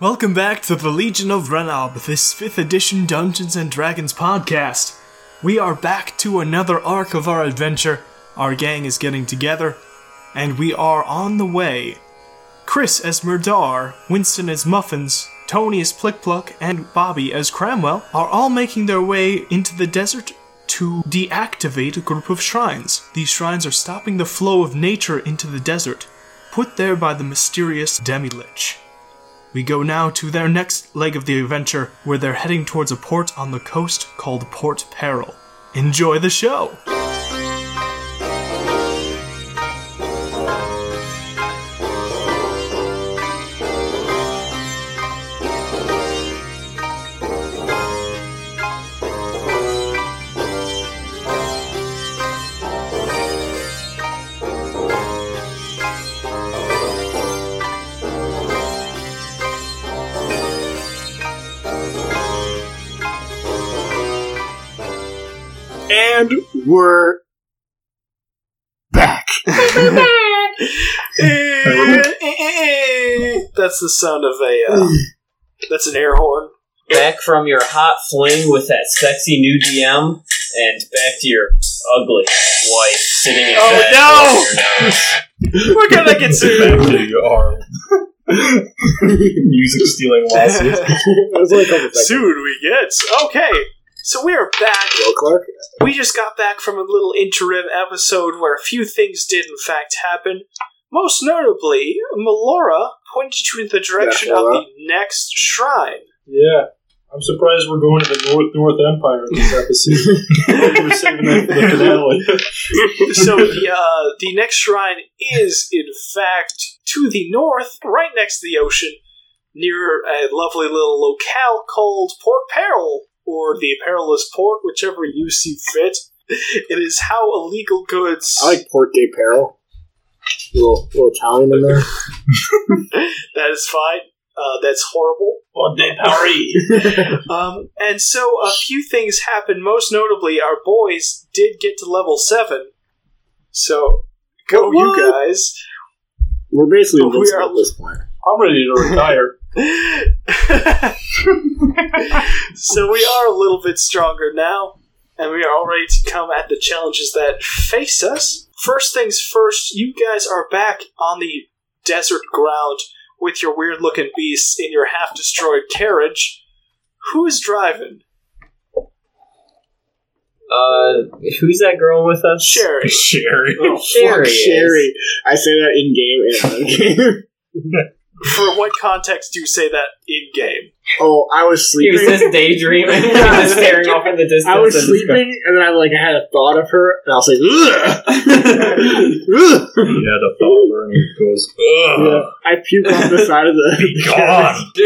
Welcome back to the Legion of Renob, this 5th edition Dungeons and Dragons podcast. We are back to another arc of our adventure. Our gang is getting together, and we are on the way. Chris as Murdar, Winston as Muffins, Tony as Plick Pluck, and Bobby as Cramwell are all making their way into the desert to deactivate a group of shrines. These shrines are stopping the flow of nature into the desert, put there by the mysterious Demi Lich. We go now to their next leg of the adventure, where they're heading towards a port on the coast called Port Peril. Enjoy the show! And we're back. that's the sound of a. Uh, that's an air horn. back from your hot fling with that sexy new DM, and back to your ugly wife sitting in Oh, bed. no! with your nose. We're gonna get sued. Back to your arm. Music stealing lawsuits. I was like, oh, back. Sued we get. Okay, so we are back. Hello, Clark. We just got back from a little interim episode where a few things did, in fact, happen. Most notably, Melora pointed you in the direction of Melora. the next shrine. Yeah. I'm surprised we're going to the North North Empire in this episode. we're saving that for the finale. so the uh, the next shrine is in fact to the north, right next to the ocean, near a lovely little locale called Port Peril or the Perilous Port, whichever you see fit. It is how illegal goods. I like Port de Peril. Little, little Italian in there. that is fine. Uh, that's horrible. Um, and so a few things happened. Most notably, our boys did get to level seven. So go, you What? guys. We're basically We invincible are- at this point. I'm ready to retire. so we are a little bit stronger now, and we are all ready to come at the challenges that face us. First things first, you guys are back on the desert ground with your weird looking beasts in your half destroyed carriage. Who is driving? Uh, who's that girl with us? Sherry. Sherry. Oh, Fuck, Sherry. is. Sherry. I say that in game and out of game. For what context do you say that in game? oh, I was He was sleeping. just daydreaming, he was staring off in the distance. I was and- sleeping, and then I like I had a thought of her, and I was like, Ugh! Ugh! He had a father and he goes, Yeah, Ugh. I puked off the side of the. God.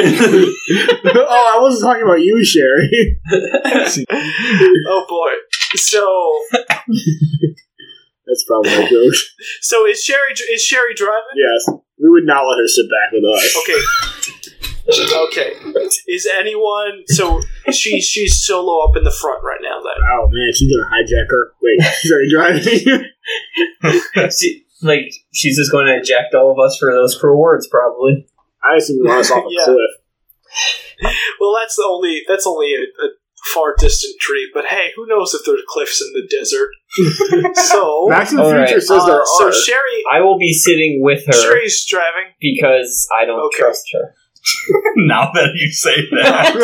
oh, I wasn't talking about you, Sherry. Oh boy. So, That's probably a joke. so is Sherry is Sherry driving? Yes, we would not let her sit back with Okay. us. Okay. Is anyone so she she's solo up in the front right now then? Oh man, she's gonna hijack her. Wait, she's already driving. She, like, she's just going to eject all of us for those cruel words, probably. I assume we want us off a Yeah. cliff. Well that's the only that's only a, a far distant dream, but hey, who knows if there's cliffs in the desert. so Back to the All Future right. says there uh, are. so Sherry I will be sitting with her Sherry's driving. because I don't Okay. trust her. now that you say that.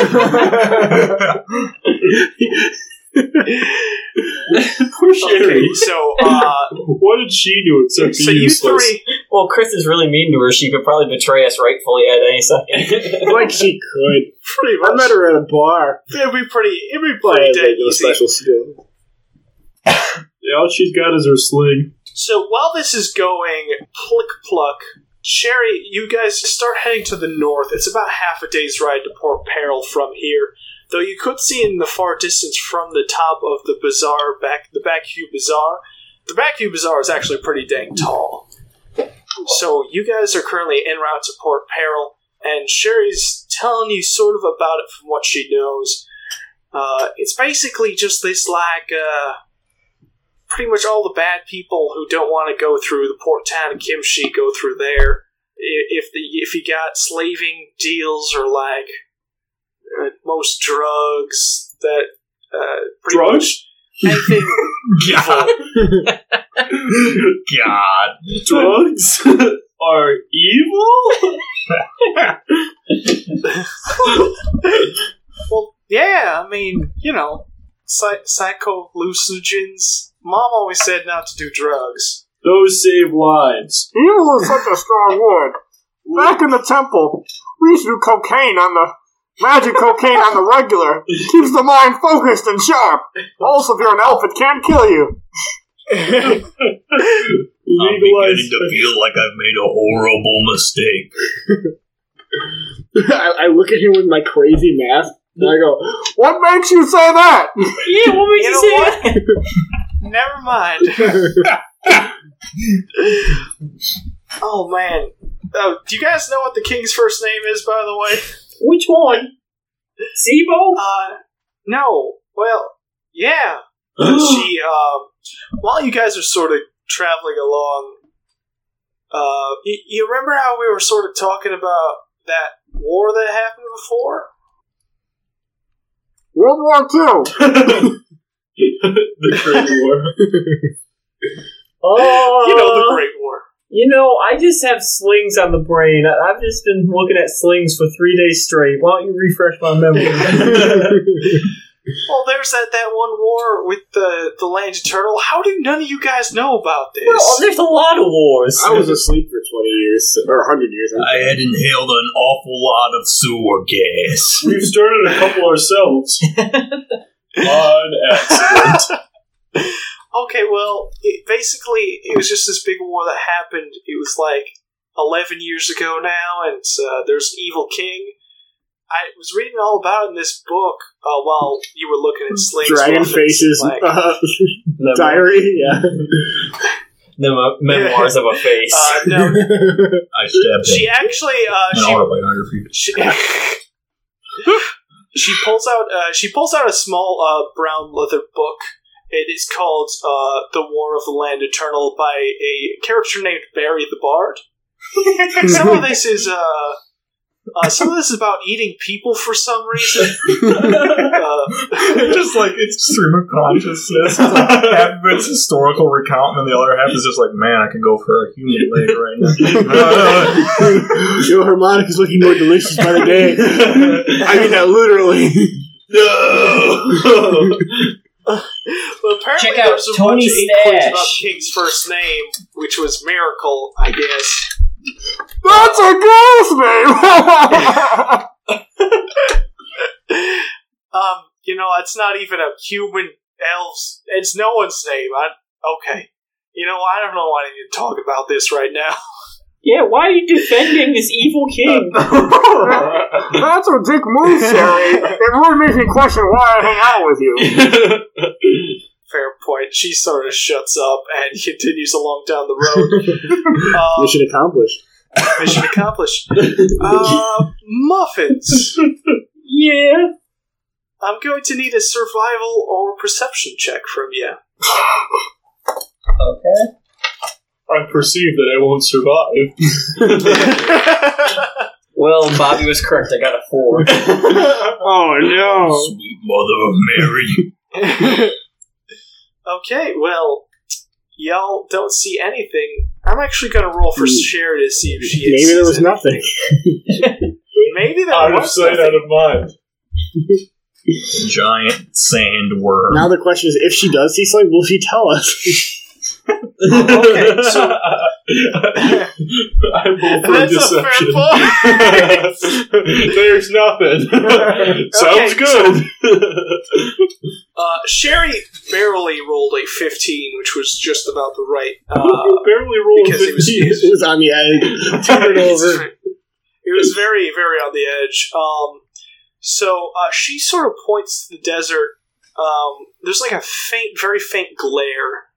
Poor Okay, Sherry. so uh What did she do except be so you useless? three Well, Chris is really mean to her. She could probably betray us rightfully at any second. like she could. pretty I met much her at a bar. it'd be pretty it'd be But pretty dead like, no easy. special skill. Yeah, all she's got is her sling. So while this is going, plick pluck, Sherry, you guys start heading to the north. It's about half a day's ride to Port Peril from here, though you could see in the far distance from the top of the bazaar back the Backview Bazaar. The Backview Bazaar is actually pretty dang tall. So you guys are currently en route to Port Peril, and Sherry's telling you sort of about it from what she knows. Uh, it's basically just this like uh, pretty much all the bad people who don't want to go through the port town of Kimshi go through there. i- if the if you got slaving deals or like uh, most drugs that uh, pretty Drugs? much anything God. God. Drugs are evil? Well, yeah, I mean, you know, psy- psychohallucinogens. Mom always said not to do drugs. Those save lives. Evil is such a strong word. Back in the temple, we used to do cocaine on the magic cocaine on the regular. Keeps the mind focused and sharp. Also, if you're an elf, it can't kill you. I'm Legalize. beginning to feel like I've made a horrible mistake. I, I look at him with my crazy mask, and I go, "What makes you say that?" Yeah, what makes You know what? you, say that? Never mind. oh man. Oh, do you guys know what the king's first name is, by the way? Which one? Sibo? Uh, no. Well, yeah. she, um, while you guys are sort of traveling along, uh, you, you remember how we were sort of talking about that war that happened before? World War Two. the Great War. Oh, you know, the Great War. You know, I just have slings on the brain. I- I've just been looking at slings for three days straight. Why don't you refresh my memory? Well, there's that, that one war with the, the Land Turtle. How do none of you guys know about this? well, there's a lot of wars. I was asleep for twenty years or hundred years. I'm I had inhaled an awful lot of sewer gas. We've started a couple ourselves. eh. On X. Okay, well, it, basically, it was just this big war that happened. It was like 11 years ago now, and uh, there's an evil king. I was reading all about it in this book uh, while you were looking at Slings. Dragon weapons, Faces like, uh, Memo- Diary. Yeah. memo- memoirs of a face. uh, no, I stabbed she him. actually uh, An she autobiography. she, she pulls out uh, she pulls out a small uh, brown leather book. It is called uh, "The War of the Land Eternal" by a character named Barry the Bard. some of this is uh, uh, some of this is about eating people for some reason. Uh, just like it's stream of consciousness. It's like half of it's historical recount, and then the other half is just like, man, I can go for a human leg right now. Your harmonic is looking more delicious by the day. I mean that literally. No! but apparently, Check out there's a Tony bunch of inquiries Stash. about King's first name, which was Miracle, I guess. That's a girl's name. Um, you know, it's not even a human elf's. It's no one's name. I okay. You know, I don't know why I need to talk about this right now. yeah, why are you defending this evil king? That's a dick move, Sherry. It really makes me question why I hang out with you. Fair point. She sort of shuts up and continues along down the road. Um, Mission accomplished. mission accomplished. Uh, muffins. yeah. I'm going to need a survival or perception check from you. Okay. I perceive that I won't survive. Well, Bobby was correct. I got a four. Oh no! Sweet mother of Mary. Okay, well, y'all don't see anything. I'm actually going to roll for Sherry to see if she is. Hmm. Maybe there was nothing. Maybe there Out of was sight, out nothing. of mind. Giant sandworm. Now the question is, if she does see something, will she tell us? Okay, so- I will for That's a deception. fair point. There's nothing. Sounds good. Uh, Sherry barely rolled a 15, which was just about the right. Uh, You barely rolled because it was- 15. it was on the edge. Turned over. It was very, very on the edge. Um, so uh, she sort of points to the desert. Um, there's like a faint, very faint glare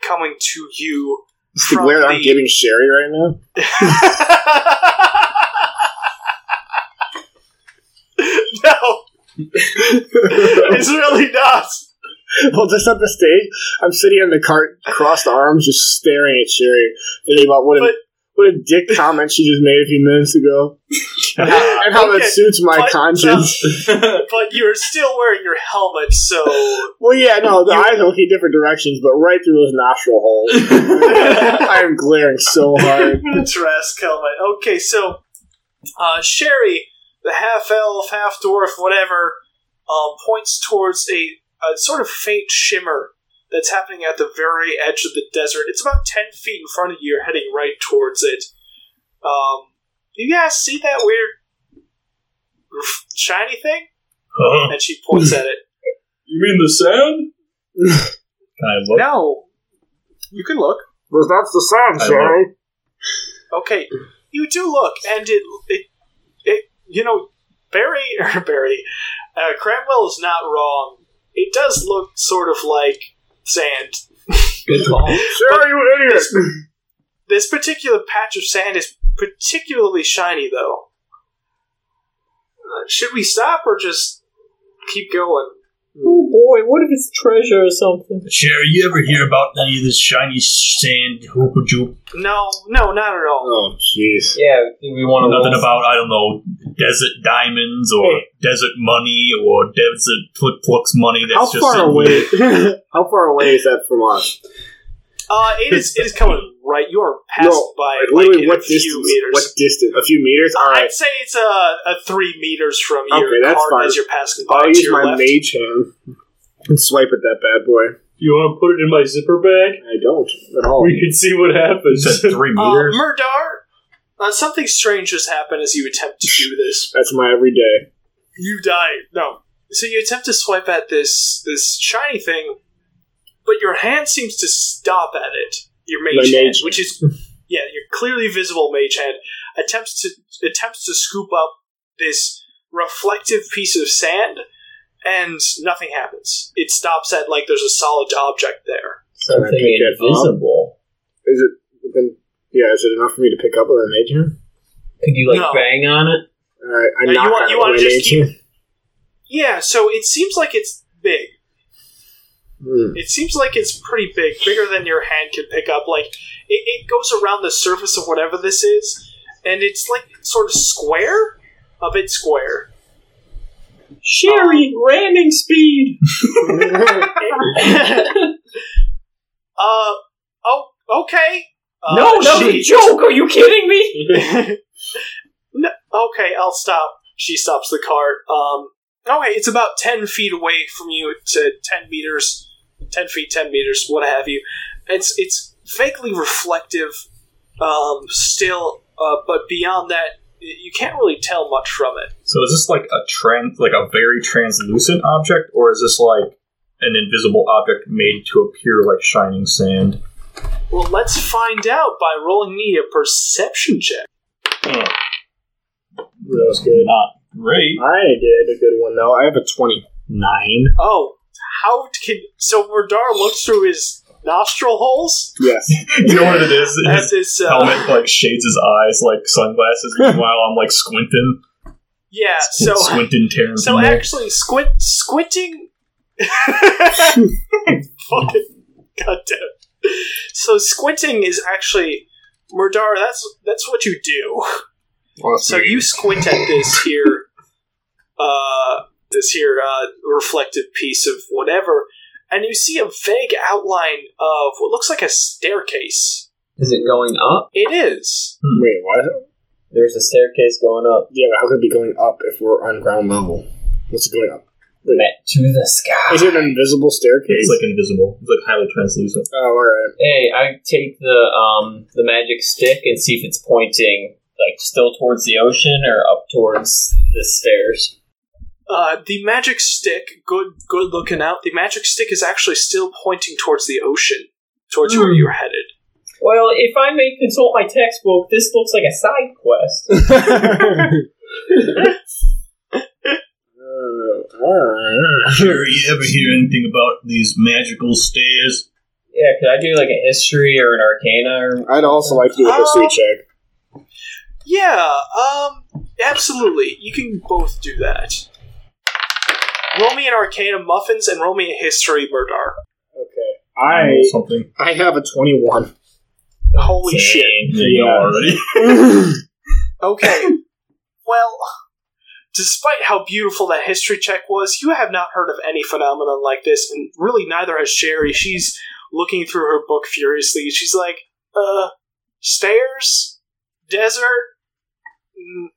coming to you. It's the glare I'm giving Sherry right now. no, it's really not. Well, just at the stage, I'm sitting on the cart, crossed arms, just staring at Sherry, thinking about what an, But- What a dick comment she just made a few minutes ago. and how, and how Okay, that suits my but- conscience. But you're still wearing your helmet, so well, yeah, no, the eyes look in different directions, but right through those nostril holes. I am glaring so hard. Trask helmet. Okay, so uh, Sherry, the half elf, half dwarf, whatever, um, points towards a, a sort of faint shimmer that's happening at the very edge of the desert. It's about ten feet in front of you. You're heading right towards it. Um, you guys see that weird shiny thing? Huh? And she points at it. You mean the sand? Can I look? No, you can look. Because that's the sound, I Sherry. Okay, you do look, and it, it, it you know, Barry or Barry, uh, Cramwell is not wrong. It does look sort of like sand. Good call. Sherry, you idiot! This particular patch of sand is particularly shiny, though. Uh, should we stop or just keep going? Oh boy, what if it's treasure or something? Sherry, you ever hear about any of this shiny sand hoopa joop? No, no, not at all. Oh, jeez. Yeah, do we want to Nothing about, I don't know, desert diamonds or desert money or desert flick flux money that's How just far sitting away? how far away is that from us? Uh, it is it is coming right. You are passed No, by Like, like, literally, in what a few distance? meters. What distance? A few meters. All right. I'd say it's a, a three meters from your Okay, that's cart fine. as you're passing by. I'll to use your my left. mage hand and swipe at that bad boy. You want to put it in my zipper bag? I don't at all. We can see what happens. Is that Oh. three Uh, meters? Murdar, uh, something strange has happened as you attempt to do this. That's my everyday. You die. No. So you attempt to swipe at this this shiny thing, but your hand seems to stop at it. Your My mage mage hand, hand. which is yeah, your clearly visible mage hand attempts to attempts to scoop up this reflective piece of sand, and nothing happens. It stops at like there's a solid object there. Can I something pick it up? invisible? Is it within? Yeah, is it enough for me to pick up with a mage hand? Could you like No. bang on it? All right, I Now, you knock want- on you it wanna with my just mage keep- hand. Yeah, so it seems like it's big. Hmm. It seems like it's pretty big, bigger than your hand can pick up. Like it, it goes around the surface of whatever this is, and it's like sort of square, a bit square. Sherry, Oh. ramming speed! Uh oh, okay. Uh, no, that was a she- joke! Are you kidding me? No, okay, I'll stop. She stops the cart. Um, okay, it's about ten feet away from you to ten meters, ten feet, ten meters, what have you. It's it's vaguely reflective, um, still, uh, but beyond that, y- you can't really tell much from it. So is this like a trans, like a very translucent object, or is this like an invisible object made to appear like shining sand? Well, let's find out by rolling me a perception check. that was good. Not great. I did a good one though. I have a twenty. Nine. Oh, how can so Murdar looks through his nostril holes Yes. you know what it is? at His this uh, helmet like shades his eyes like sunglasses. Meanwhile, I'm like squinting, Yeah, so squinting Tarantino. So actually, squint squinting. Fucking goddamn. So squinting is actually Murdar. That's that's what you do. So you squint at this here, uh, this here uh, reflective piece of whatever, and you see a vague outline of what looks like a staircase. Is it going up? It is. Wait, what? There's a staircase going up Yeah, but how could it be going up if we're on ground level? What's it going up? met to the sky. Is it an invisible staircase? it's like invisible. It's like highly translucent. oh, all right. Hey, I take the um the magic stick and see if it's pointing like still towards the ocean or up towards the stairs. Uh, the magic stick. Good, good looking out. The magic stick is actually still pointing towards the ocean, towards where you're headed. Well, if I may consult my textbook, this looks like a side quest. Uh, all right. Sure, you ever hear anything about these magical stairs? Yeah, could I do like a history or an arcana or I'd also like to do a history Um, check. Yeah, um, absolutely. You can both do that. Roll me an Arcana Muffins and roll me a History Murdar. Okay. I something. I have a twenty-one. Holy shit. Yeah, you know already. Okay. well, despite how beautiful that history check was, you have not heard of any phenomenon like this, and really neither has Sherry. She's looking through her book furiously. She's like, uh, stairs? Desert? N-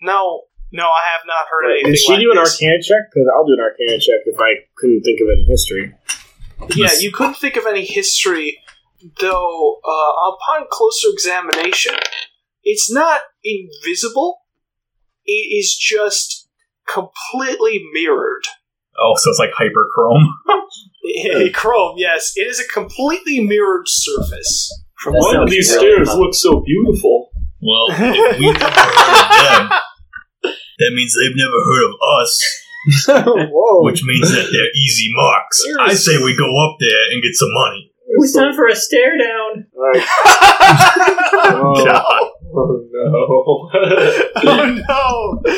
No. No, I have not heard anything Did she like do an this. Arcana check? Because I'll do an Arcana check if I couldn't think of it in history. Yeah, you couldn't think of any history, though. Uh, upon closer examination, it's not invisible. It is just completely mirrored. Oh, so it's like hyperchrome. Chrome, yes, it is a completely mirrored surface. Why do these stairs look so beautiful? Well, if we've never heard of them, that means they've never heard of us, Whoa. which means that they're easy marks. I say we go up there and get some money. It's time for a stare down. Like, uh, God. Oh no. oh no!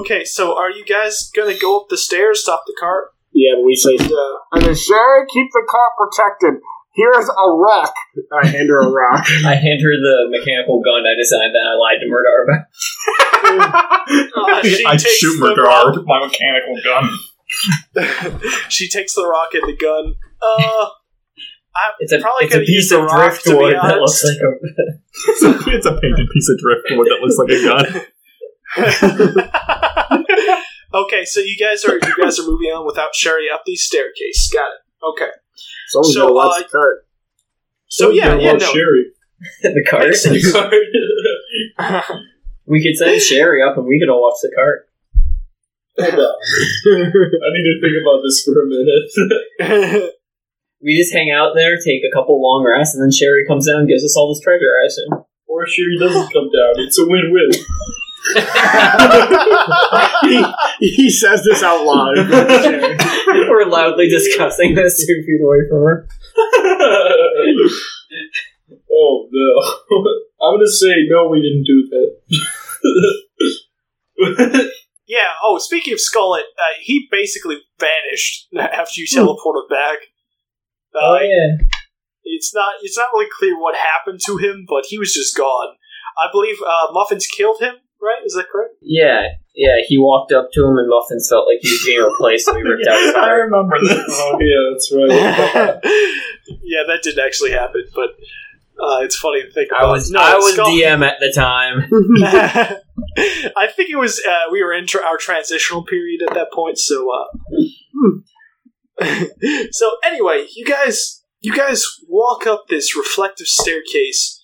Okay, so are you guys gonna go up the stairs, stop the cart? yeah, but we say, Uh, and then Sherry, keep the car protected. Here's a rock. I hand her a rock. I hand her the mechanical gun I designed that I lied to Murder about. uh, she I takes shoot the Murdar with my mechanical gun. she takes the rock and the gun. Uh, I'm It's a, probably it's a gonna use piece the of rock to be driftwood that honest. looks like a. It's a, it's a painted piece of driftwood that looks like a gun. okay, so you guys are you guys are moving on without Sherry up the staircase. Got it. Okay. Someone's So, gonna watch uh, the cart. So yeah, yeah, no. Sherry. the cart. Makes sense. we could send Sherry up and we could all watch the cart. I need to think about this for a minute. We just hang out there, take a couple long rests, and then Sherry comes down and gives us all this treasure, I assume. or if Sherry doesn't come down. It's a win-win. he, he says this out loud. We're loudly discussing this two feet away from her. oh no. I'm gonna say no we didn't do that. yeah. Oh, speaking of Skullet, uh, he basically vanished after you teleported back. Uh, Oh, yeah. It's not it's not really clear what happened to him, but he was just gone. I believe uh, Muffins killed him. Right? Is that correct? Yeah, yeah. He walked up to him, and Muffins felt like he was being replaced, so he ripped out his I heart. remember this. oh yeah, that's right. yeah, that didn't actually happen, but uh, it's funny to think I about. was, No, I was Skull- DM at the time. I think it was uh, we were in tr- our transitional period at that point. So, uh, so anyway, you guys, you guys walk up this reflective staircase,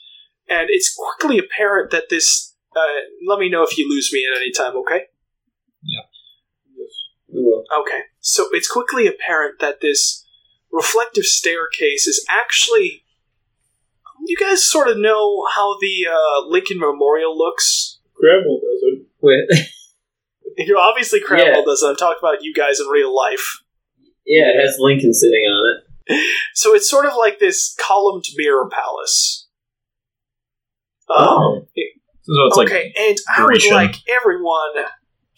and it's quickly apparent that this. Uh, let me know if you lose me at any time, okay? Okay. So it's quickly apparent that this reflective staircase is actually. You guys sort of know how the uh, Lincoln Memorial looks. Gravel doesn't. With, You're obviously Cramwell Yeah. does. I'm talking about you guys in real life. yeah, it has Lincoln sitting on it. So it's sort of like this columned mirror palace. Uh, Oh. So it's like okay, and I would Grecian. like everyone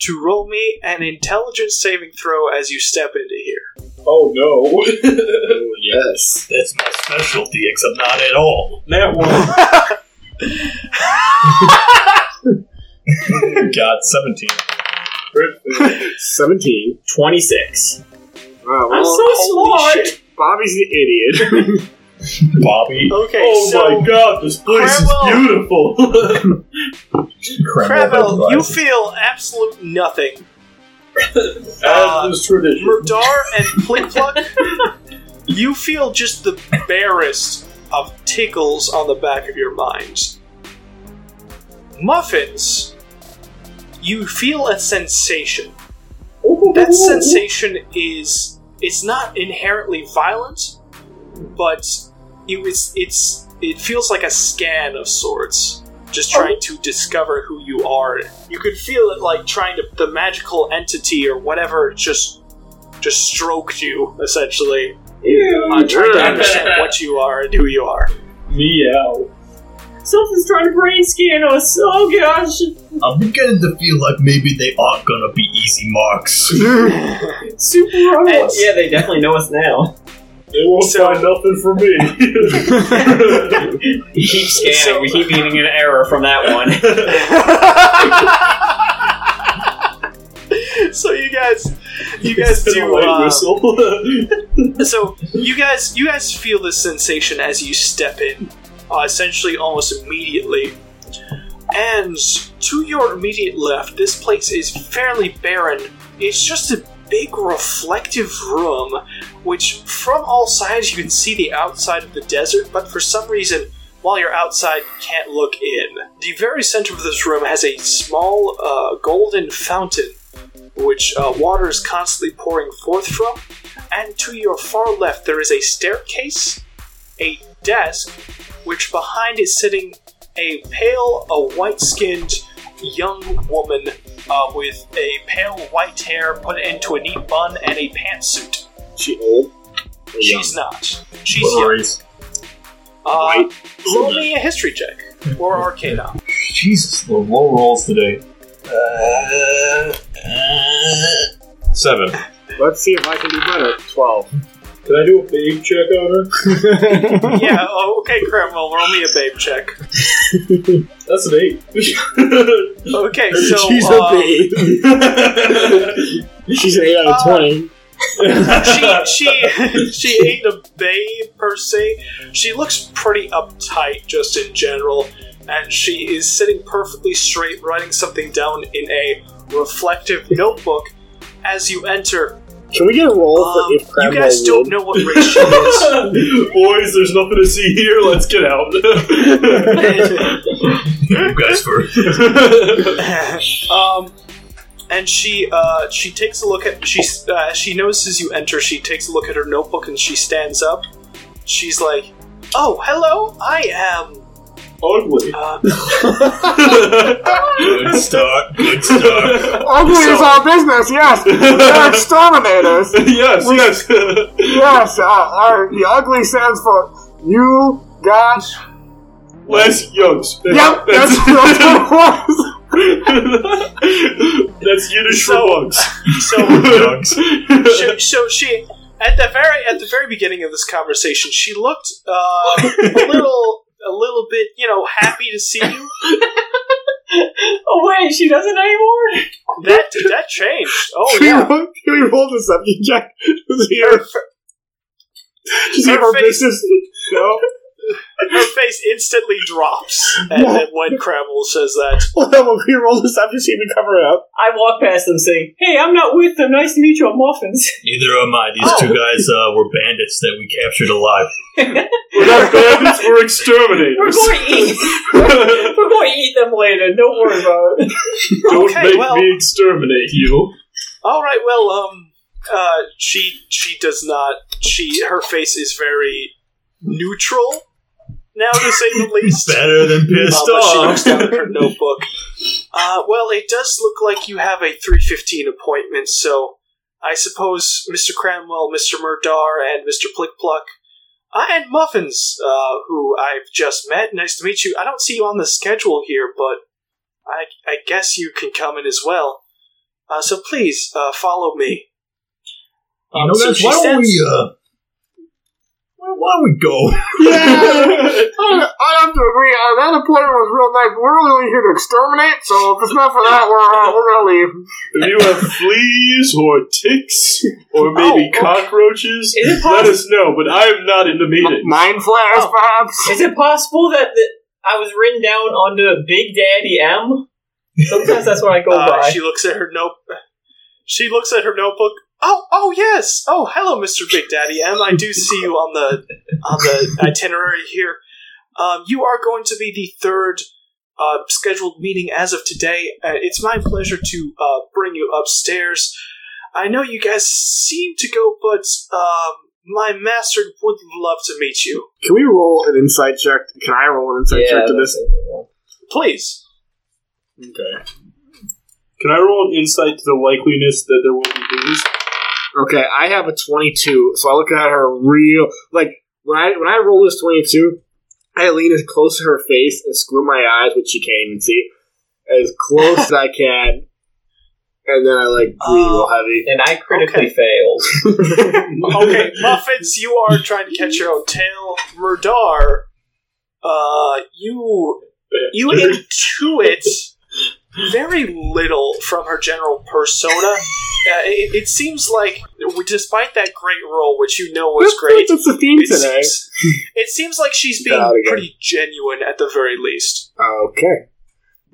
to roll me an intelligence saving throw as you step into here. Oh no. yes. that's my specialty, except not at all. that one. God, seventeen. 17. 26. Wow, I'm well, so holy smart. shit. Bobby's an idiot. Bobby Okay, oh so my god, this place Cramwell- is beautiful. Kremlin Cravel, you Enterprises. feel absolute nothing. Uh, As is tradition. Murdar and Plickpluck, you feel just the barest of tickles on the back of your minds. Muffins, you feel a sensation. That sensation is it's not inherently violent, but it was it's it feels like a scan of sorts just trying to discover who you are you could feel it like trying to the magical entity or whatever just just stroked you essentially on trying to understand what you are and who you are Meow. Something's trying to brain scan us. Oh gosh. I'm beginning to feel like maybe they aren't gonna be easy marks. Super Eh, robots. yeah, they definitely know us now. They won't So- find nothing for me. We keep scanning. So- we keep getting an error from that one. so you guys, you guys It's been a do. light uh, whistle. so you guys, you guys feel this sensation as you step in, uh, essentially almost immediately. And to your immediate left, this place is fairly barren. It's just a big reflective room, which from all sides you can see the outside of the desert, but for some reason, while you're outside, you can't look in. The very center of this room has a small uh, golden fountain, which uh, water is constantly pouring forth from, and to your far left there is a staircase, a desk, which behind is sitting a pale, a white-skinned young woman uh, with a pale white hair put into a neat bun and a pantsuit. She old. She's not. She's What young. race? Uh, roll me a history check or Arcana. Jesus, the low rolls today. Uh, Seven. Let's see if I can do better. Twelve. Can I do a babe check on her? yeah. Oh, okay, Cramwell, roll me a babe check. That's an eight. Okay, so She's uh, a babe. She's an eight out of Uh, twenty. she she she ain't a babe per se. She looks pretty uptight just in general, and she is sitting perfectly straight, writing something down in a reflective notebook. As you enter, Can we get a roll um, for if you Crabwell guys don't would? know what race she is. Boys, there's nothing to see here. Let's get out. you guys first. um, and she uh, she takes a look at she uh, she notices you enter. She takes a look at her notebook and she stands up. She's like, "Oh, hello. I am." Ugly. Uh, Good start. Good start. Ugly is our business. Yes, they're exterminators. yes, yes. Yes, uh, our, the ugly stands for you got. Les Youngs. Yep, that's, that's what it was. That's Yiddish So- for bugs. so Dogs. she, so she at the very at the very beginning of this conversation, she looked uh, a little a little bit you know happy to see you. Oh wait, she doesn't anymore. That that changed. Oh Can we yeah, roll- Can we roll deception check? Is he her, is he her her face- business? No. her face instantly drops at, at when Kreml says that. Well, then when we roll deception, she can cover it up. I walk past them saying, "Hey, I'm not with them. Nice to meet you, I'm Muffins." Neither am I. These two guys uh, were bandits that we captured alive. We're not bandits, we're exterminators. We're going to eat. We're going to eat them later. Don't worry about it. Don't Okay, make well- me exterminate you. All right, well, um, uh, she she does not. She her face is very neutral now, to say the least. Better than Uh, pissed but she off. looks down at her notebook. Uh, well, it does look like you have a 315 appointment, so I suppose Mr. Cranwell, Mr. Murdar, and Mr. Plick Pluck, uh, and Muffins, uh, who I've just met. Nice to meet you. I don't see you on the schedule here, but I, I guess you can come in as well. Uh, so please uh, follow me. You know, so guys, she why don't stands- we, uh, why, why don't we go? Yeah, I, I have to agree. Uh, that appointment was real nice. We're really only here to exterminate, so if it's not for that, we're uh, we're gonna leave. If you have fleas or ticks or maybe okay. cockroaches, Is it let possible? us know, but I am not in the meeting. Mind flares, Oh. perhaps. Is it possible that the, I was written down under Big Daddy M? Sometimes that's what I Oh, go Uh, by. she looks at her note. She looks at her notebook. Oh, oh yes. Oh, hello, Mister Big Daddy M. I do see you on the on the itinerary here. Um, you are going to be the third uh, scheduled meeting as of today. Uh, it's my pleasure to uh, bring you upstairs. I know you guys seem to go, but um, my master would love to meet you. Can we roll an insight check? Can I roll an insight check to this? Please. Okay. Can I roll an insight to the likeliness that there will be booze? Okay, I have a twenty-two, so I look at her real like when I when I roll this twenty-two, I lean as close to her face and squint my eyes, which she can't even see, as close as I can, and then I like breathe real Oh. heavy. And I critically failed. Okay, Muffins, you are trying to catch your own tail. Murdar, uh, you you intuit very little from her general persona. Uh, it, it seems like, despite that great role, which you know was great, That's the theme it today. seems, it seems like she's Get out being again. pretty genuine at the very least. Okay.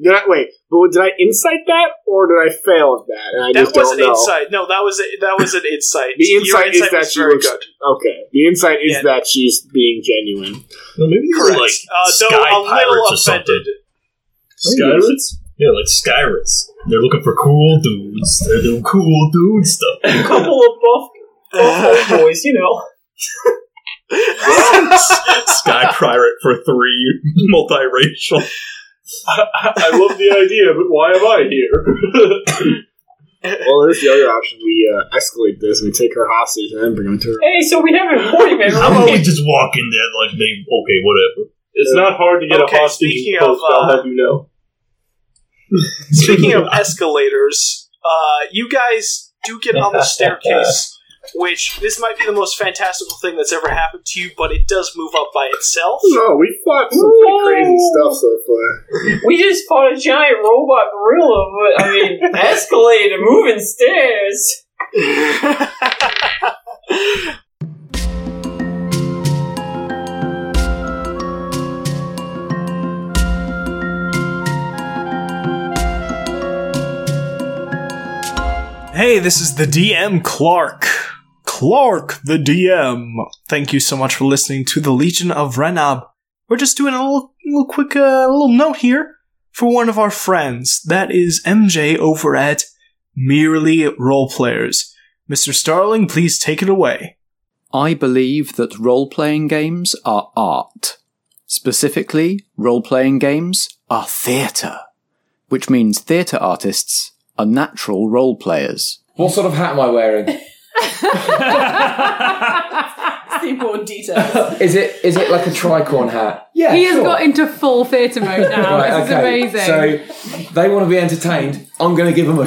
Did I, wait, but did I insight that or did I fail at that? And I That just was don't an know. insight. No, that was a, that was an insight. The Your insight is that was she very looks- good. Okay, the insight is Yeah. that she's being genuine. Well, maybe these Correct. are like uh, though sky a little pirates or offended. something. Skyrits? Yeah, like Skyrits. They're looking for cool dudes. They're doing cool dude stuff. A couple of buff, buff old boys, you know. Sky pirate for three, multiracial. I love the idea, but why am I here? Well, there's the other option. We uh, escalate this and we take her hostage and then bring her to her. Hey, so we have an appointment. I'm always just walking there like they okay, whatever. It's not hard to get Okay, a hostage speaking in of, post, I'll uh, have you know. Speaking of escalators, uh, you guys do get on the staircase, which this might be the most fantastical thing that's ever happened to you, but it does move up by itself. No, we fought some pretty crazy stuff so far. We just fought a giant robot gorilla, but I mean, escalator, moving stairs. Hey, this is the DM Clark. Clark, the DM. Thank you so much for listening to the Legion of Renob. We're just doing a little, little quick, uh, little note here for one of our friends. That is MJ over at Merely Role Players. Mr. Starling, please take it away. I believe that role playing games are art. Specifically, role playing games are theatre, which means theatre artists are natural role players. What sort of hat am I wearing? See more details. is it is it like a tricorn hat? Yeah, He has sure. got into full theatre mode now. this is amazing. So they want to be entertained. I'm going to give them a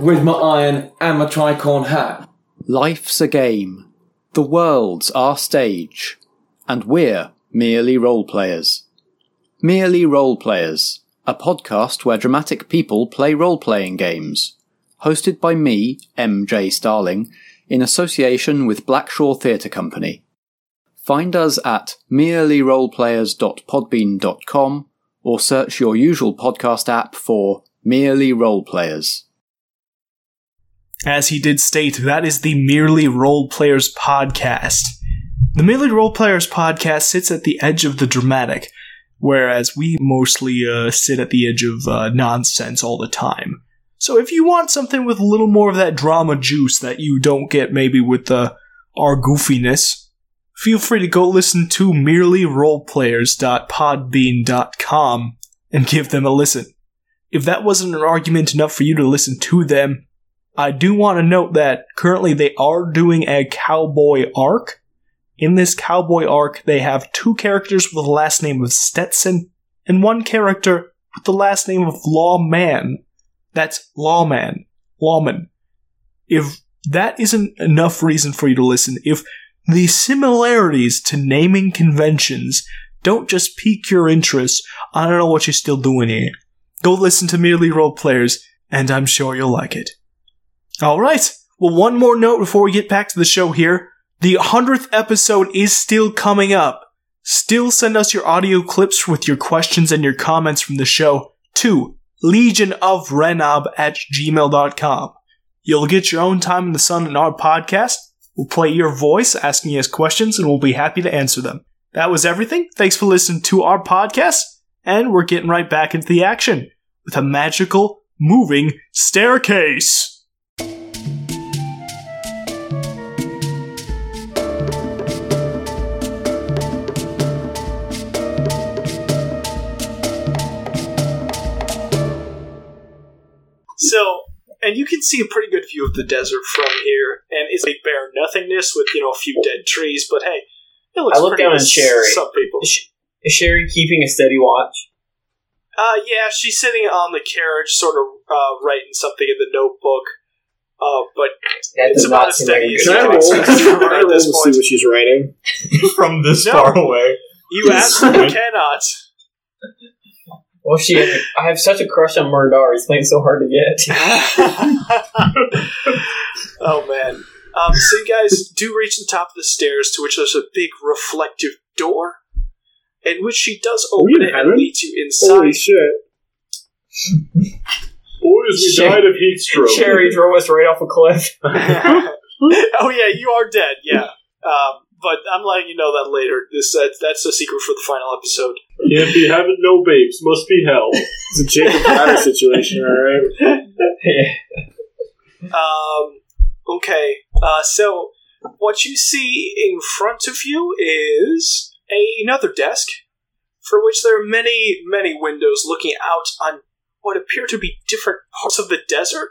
with my iron and my tricorn hat. Life's a game. The world's our stage. And we're merely role players. Merely Role Players, a podcast where dramatic people play role playing games. Hosted by me, MJ Starling, in association with Blackshaw Theatre Company. Find us at merelyroleplayers.podbean.com or search your usual podcast app for Merely Role Players. As he did state, that is the Merely Role Players podcast. The Merely Role Players podcast sits at the edge of the dramatic, whereas we mostly uh, sit at the edge of uh, nonsense all the time. So if you want something with a little more of that drama juice that you don't get maybe with uh, our goofiness, feel free to go listen to merelyroleplayers.podbean.com and give them a listen. If that wasn't an argument enough for you to listen to them, I do want to note that currently they are doing a cowboy arc. In this cowboy arc, they have two characters with the last name of Stetson and one character with the last name of Lawman. That's Lawman. Lawman. If that isn't enough reason for you to listen, if the similarities to naming conventions don't just pique your interest, I don't know what you're still doing here. Go listen to Merely Role Players, and I'm sure you'll like it. All right. Well, one more note before we get back to the show here. The 100th episode is still coming up. Still send us your audio clips with your questions and your comments from the show to legionofrenob at gmail.com. You'll get your own time in the sun in our podcast. We'll play your voice asking us questions and we'll be happy to answer them. That was everything. Thanks for listening to our podcast. And we're getting right back into the action with a magical moving staircase. So, and you can see a pretty good view of the desert from here, and it's a bare nothingness with, you know, a few dead trees, but hey, it looks I look pretty down to at Sherry. some people. Is Sherry keeping a steady watch? Uh, yeah, she's sitting on the carriage, sort of uh, writing something in the notebook. Uh, but it's does about not as seem steady like as a you can good idea. expect Can I from her at roll this to point. see what she's writing from this far away. You absolutely cannot. Well, she, I have such a crush on Murdar. He's playing so hard to get. Oh man. Um, so you guys do reach the top of the stairs, to which there's a big reflective door, in which she does open in it and heaven? leads you inside. shit! Boys, we Sure. died of heat stroke. Cherry drove us right off a cliff. oh yeah, you are dead. Yeah, um, but I'm letting you know that later. This that's that's a secret for the final episode. Can't be having no babes. Must be hell. It's a Jacob Ladder situation, all right. Um, okay, uh, so what you see in front of you is a- another desk, for which there are many, many windows looking out on what appear to be different parts of the desert.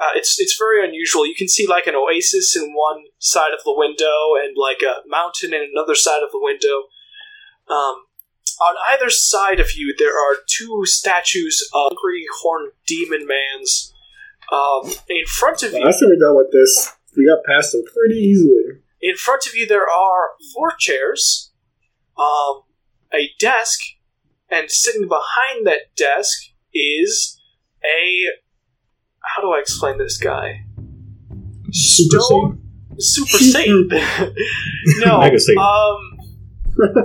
Uh, it's it's very unusual. You can see like an oasis in one side of the window, and like a mountain in another side of the window. Um, on either side of you, there are two statues of hungry horned demon mans. Um, in front of you, Last time we dealt with this, we got past them pretty easily. in front of you, there are four chairs, um, a desk, and sitting behind that desk is a. How do I explain this guy? Stone Super Satan. no, Mega Satan. um,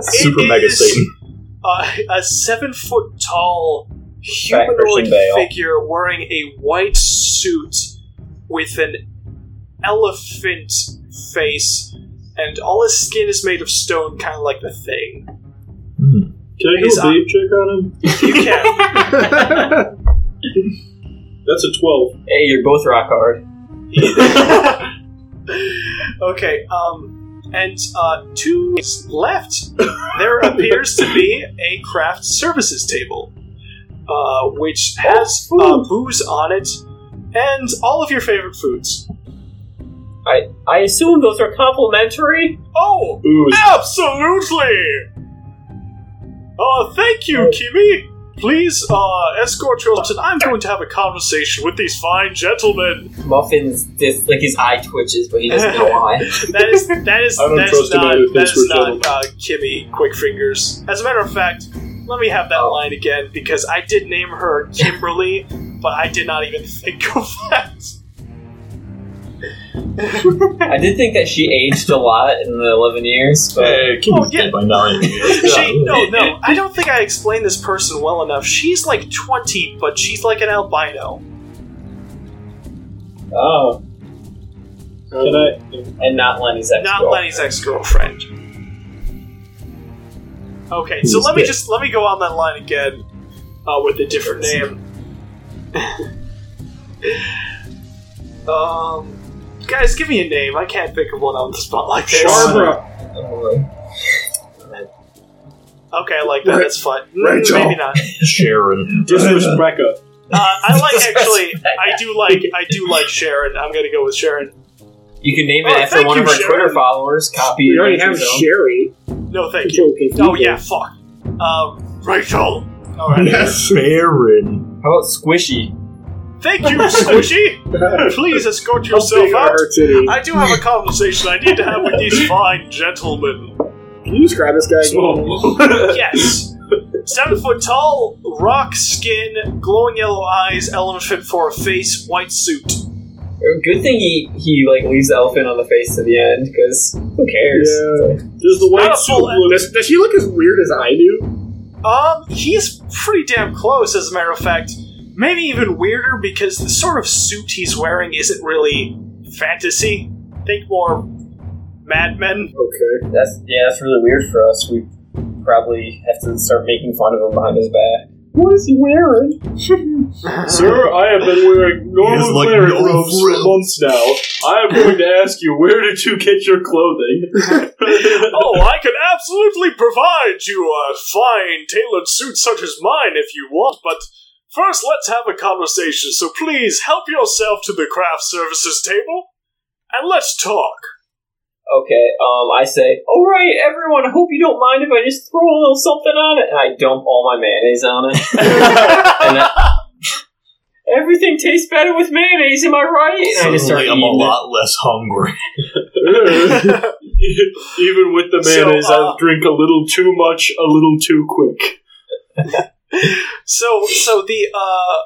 Super it Mega is- Satan. uh, a seven foot tall humanoid Christian Bale. figure wearing a white suit with an elephant face, and all his skin is made of stone, kind of like the thing. Hmm. Can I He's do a babe check on him? You can. That's a 12. Hey, you're both rock hard. okay, um, and uh, two left. There appears to be a craft services table, uh, which has uh, booze on it and all of your favorite foods. I I assume those are complimentary. Oh, Ooze. Absolutely! Uh, thank you, Kimmy! Please, uh, escort your and I'm going to have a conversation with these fine gentlemen. Muffins, this like his eye twitches, but he doesn't know why. That is, that is, I don't that is trust a not, man who that thinks is we're not, uh, Kimmy Quickfingers. As a matter of fact, let me have that Oh. line again, because I did name her Kimberly, but I did not even think of that. I did think that she aged a lot in the eleven years, but Oh, yeah, By nine years. she, no, no, I don't think I explained this person well enough. She's like 20, but she's like an albino. oh, Can I? and not Lenny's ex. not Lenny's ex-girlfriend. Okay, so Who's let me that? just let me go on that line again uh, with a different name. um, guys, give me a name. I can't think of one on the spot like this. Barbara. Oh, Okay, I like that. That's fun. Mm, Rachel. Maybe not. Sharon. Disrespect her. Uh, I like actually. I do like. I do like Sharon. I'm gonna go with Sharon. You can name it Oh, after thank one you, of our Sharon. Twitter followers. Copy. We it already into have his own. Sherry. No, thank you. Okay, Oh yeah, fuck. Um, Rachel. All right. Sharon. How about Squishy? Thank you, Squishy. Please escort yourself Big out. R titty. I do have a conversation I need to have with these fine gentlemen. Can you describe this guy? again? Yes. Seven foot tall, rock skin, glowing yellow eyes, elephant for a face, white suit. Good thing he he like leaves the elephant on the face to the end because who cares? Yeah. Does the Not white a suit full- look Does, does he look as weird as I do? Um, he's pretty damn close, as a matter of fact. Maybe even weirder because the sort of suit he's wearing isn't really fantasy. Think more Mad Men. Okay. That's yeah, that's really weird for us. We probably have to start making fun of him behind his back. What is he wearing? Sir, I have been wearing He normal has, like, cleric no robes for frills. months now. I am going to ask you, where did you get your clothing? oh, I can absolutely provide you a fine tailored suit such as mine if you want, but first let's have a conversation, so please help yourself to the craft services table and let's talk. Okay, um, I say, all right, everyone, I hope you don't mind if I just throw a little something on it. And I dump all my mayonnaise on it. and I- everything tastes better with mayonnaise, am I right? And I just start Suddenly, I'm a eating it. lot less hungry. Even with the So, mayonnaise, uh, I drink a little too much, a little too quick. So, so the uh,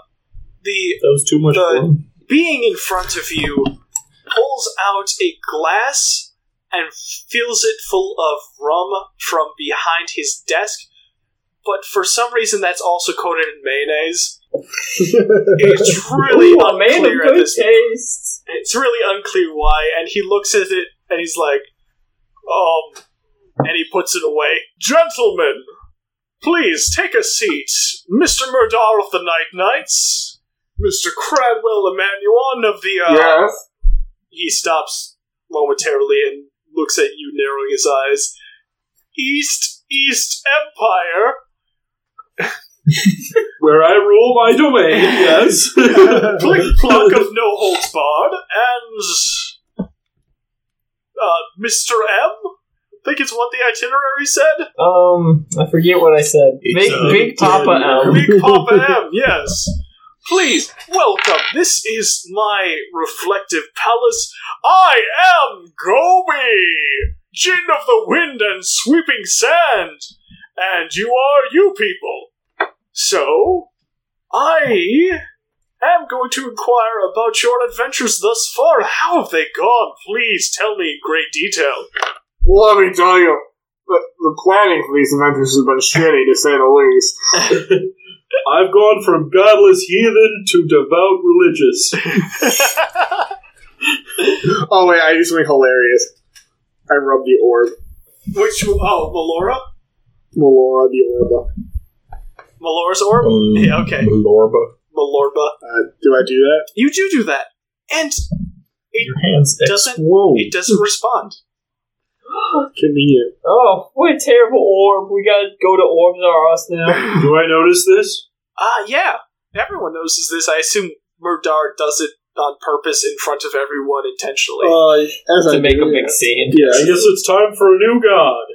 the That was too much. The- for him. being in front of you pulls out a glass and fills it full of rum from behind his desk. But for some reason, that's also coated in mayonnaise. It's really Ooh, a man unclear of at good this taste. It's really unclear why, and he looks at it and he's like, um, and he puts it away. Gentlemen, please take a seat. Mr. Murdar of the Night Knights, Mr. Cradwell Emanuon of the, uh. Yes. He stops momentarily and looks at you, narrowing his eyes. East East Empire. Where I rule my domain, yes. Plink Plunk of No Holds Barred, and uh, Mr. M. I think it's what the itinerary said. Um, I forget what I said. Big, uh, Big Papa L. Big Papa M. Yes. Please welcome. This is my reflective palace. I am Gobi, Jinn of the Wind and Sweeping Sand, and you are you people. So, I am going to inquire about your adventures thus far. How have they gone? Please tell me in great detail. Well, let me tell you, the, the planning for these adventures has been shitty, to say the least. I've gone from godless heathen to devout religious. Oh wait, I do something hilarious. I rub the orb, Which oh, Melora, Melora the orb. Melora's orb. yeah, okay, Lorba. Melorba. Uh, do I do that? You do do that, and Your hands Doesn't- explode. it doesn't respond. Convenient. Oh, what a terrible orb. We gotta go to Orbs R Us now. Do I notice this? Ah, yeah. Everyone notices this. I assume Murdar does it on purpose in front of everyone intentionally. Uh, as I to make do, a big scene. Yeah. I guess it's time for a new god.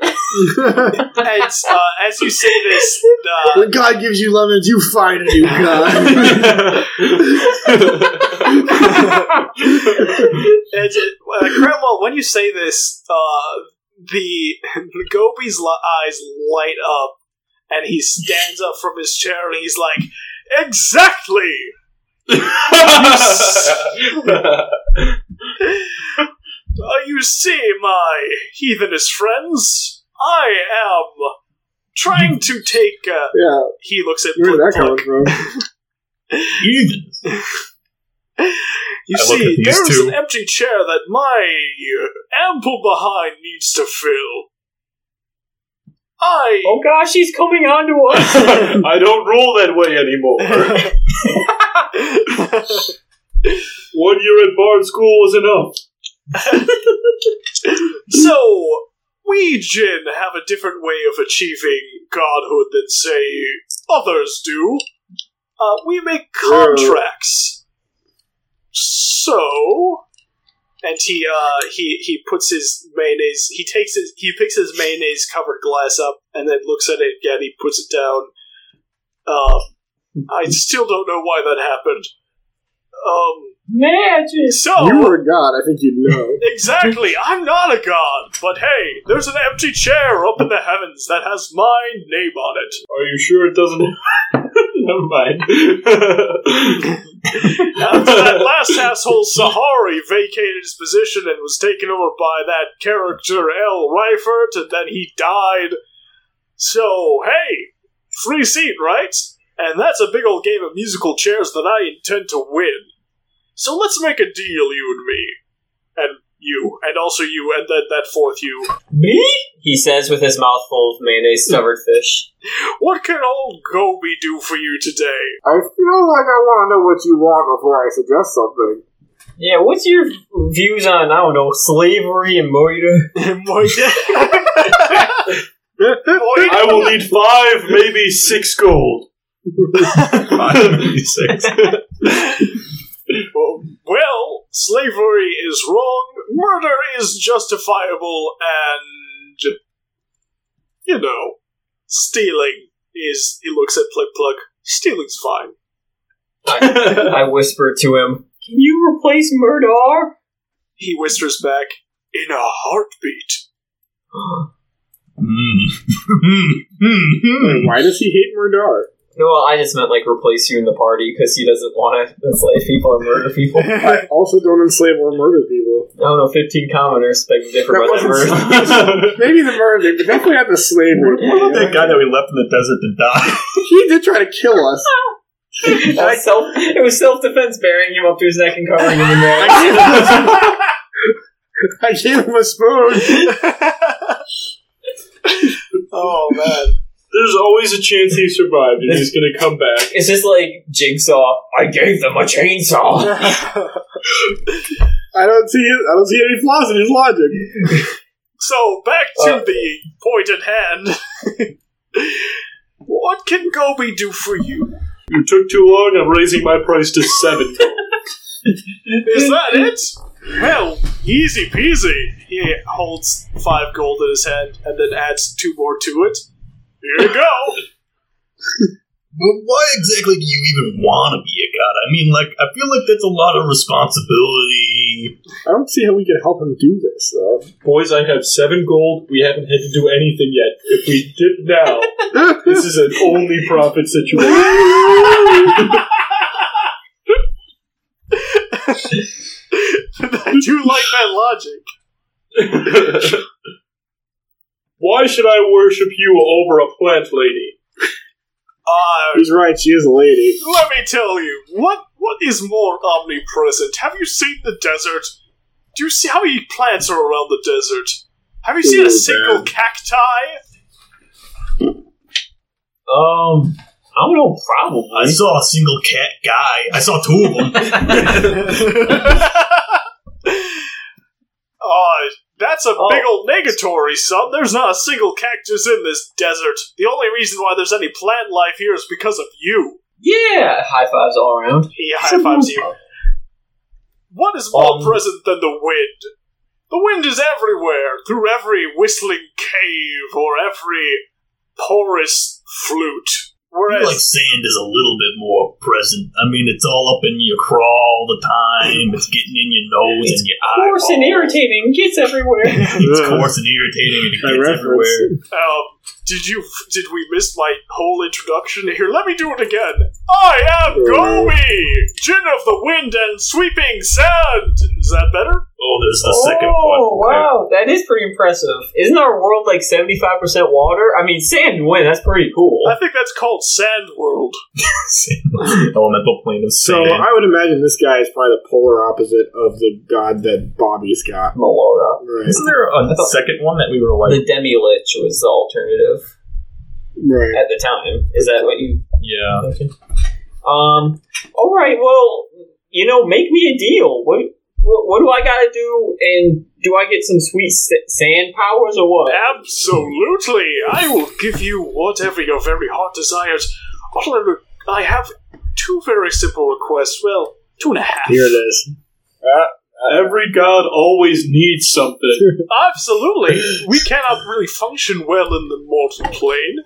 and uh, as you say this, uh, When God gives you lemons, you find a new God. and, uh, Cromwell, when you say this, uh, the Gobi's li- eyes light up, and he stands up from his chair, and he's like, "Exactly." Uh, you see, my heathenish friends, I am trying to take. Uh, yeah, he looks at where's that Blink coming Blunk. from? Heathens. You I look at see, these there is two. an empty chair that my uh, ample behind needs to fill. I Oh gosh, he's coming on to us. I don't rule that way anymore. One year at Bard School was enough. so we Jin have a different way of achieving godhood than say others do. Uh, we make contracts. So, and he uh, he he puts his mayonnaise. He takes his he picks his mayonnaise covered glass up and then looks at it again. He puts it down. Uh, I still don't know why that happened. Um, Magic. Oh, so You were a God, I think you'd know. Exactly. I'm not a god, but hey, there's an empty chair up in the heavens that has my name on it. Are you sure it doesn't? Never mind. After that last asshole Sahari vacated his position and was taken over by that character L. Reifert, and then he died. So hey, free seat, right? And that's a big old game of musical chairs that I intend to win. So let's make a deal, you and me, and you, and also you, and then that fourth you. Me? He says with his mouth full of mayonnaise covered fish. What can old Gobi do for you today? I feel like I want to know what you want before I suggest something. Yeah, what's your views on, I don't know, slavery and murder? I will need five, maybe six gold. well, slavery is wrong, murder is justifiable and you know stealing is he looks at Plug Plug. Stealing's fine. I, I whisper to him, Can you replace Murdar? He whispers back, in a heartbeat. Why does he hate Murdar? No, well, I just meant like replace you in the party because he doesn't want to enslave people or murder people. I also don't enslave or murder people. I don't know, 15 commoners beg to differ about that murder. Maybe the murder, but definitely not the slavery. What about that guy that we left in the desert to die? he did try to kill us. That was self, it was self defense, burying him up to his neck and covering him in there. I gave him a spoon. Oh man. There's always a chance he survived and he's gonna come back. It's just like Jigsaw. I gave them a chainsaw. I don't see. I don't see any flaws in his logic. So back to Uh, the point at hand. what can Gobi do for you? You took too long. I'm raising my price to seven. Is that it? Well, easy peasy. He holds five gold in his hand and then adds two more to it. Here you go. Well, why exactly do you even want to be a god? I mean, like, I feel like that's a lot of responsibility. I don't see how we can help him do this, though. Boys, I have seven gold. We haven't had to do anything yet. If we did now, this is an only profit situation. I do like that logic. Why should I worship you over a plant lady? Uh, He's right. She is a lady. let me tell you, what what is more omnipresent? Have you seen the desert? Do you see how many plants are around the desert? Have you seen Ooh, a single man. cacti? Um, I don't know, probably. I saw a single cat guy. I saw two of them. Uh, that's a Oh. big old negatory, son. There's not a single cactus in this desert. The only reason why there's any plant life here is because of you. Yeah! High fives all around. He high fives you. What is more present than the wind? The wind is everywhere, through every whistling cave or every porous flute. I Whereas, feel like sand is a little bit more present. I mean, it's all up in your craw all the time. It's getting in your nose and your eyes. Coarse and irritating gets everywhere. It's coarse and irritating, and it By gets reference. everywhere. um, did you did we miss my whole introduction? Here, let me do it again. I am Gobi, Jinn of the Wind and Sweeping Sand. Is that better? Oh, there's the second one. Oh, Okay. wow. That is pretty impressive. Isn't our world like 75% water? I mean, sand and wind, that's pretty cool. I think that's called Sand World. Elemental plane of So sand. I would imagine this guy is probably the polar opposite of the god that Bobby's got. Melora. Right. Isn't there a I thought- second one that we were like? The Demi Lich was the alternative Right. at the time. Is that what you yeah. thinking? Um, alright, well, you know, make me a deal. What, what, what do I gotta do? And do I get some sweet sa- sand powers or what? Absolutely! I will give you whatever your very heart desires. Although I have two very simple requests. Well, two and a half. Here it is. Every god always needs something. Absolutely! We cannot really function well in the mortal plane.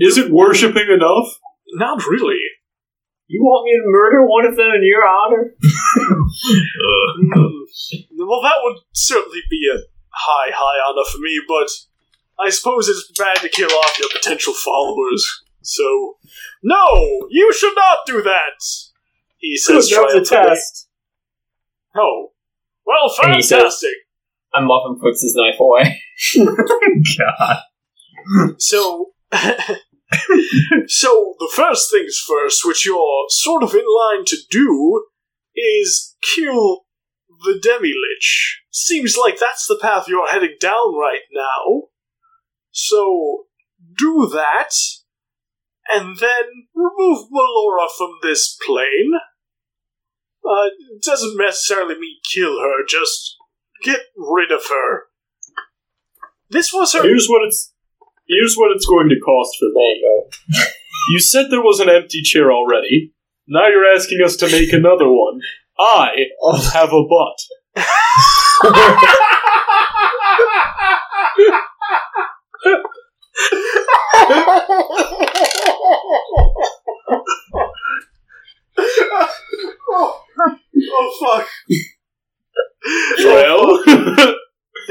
Isn't worshiping enough? Not really. You want me to murder one of them in your honor? Ugh. Mm. Well, that would certainly be a high, high honor for me, but I suppose it's bad to kill off your potential followers. So, no! You should not do that! He says, triumphantly. Oh. Well, And he says- fantastic! And Muffin puts his knife away. God. So, so the first things first, which you're sort of in line to do, is kill the demi lich. Seems like that's the path you're heading down right now. So do that, and then remove Melora from this plane. Uh, it doesn't necessarily mean kill her, just get rid of her. This was her Here's what it's here's what it's going to cost for me. you said there was an empty chair already. Now you're asking us to make another one. I have a butt. oh, fuck. Well,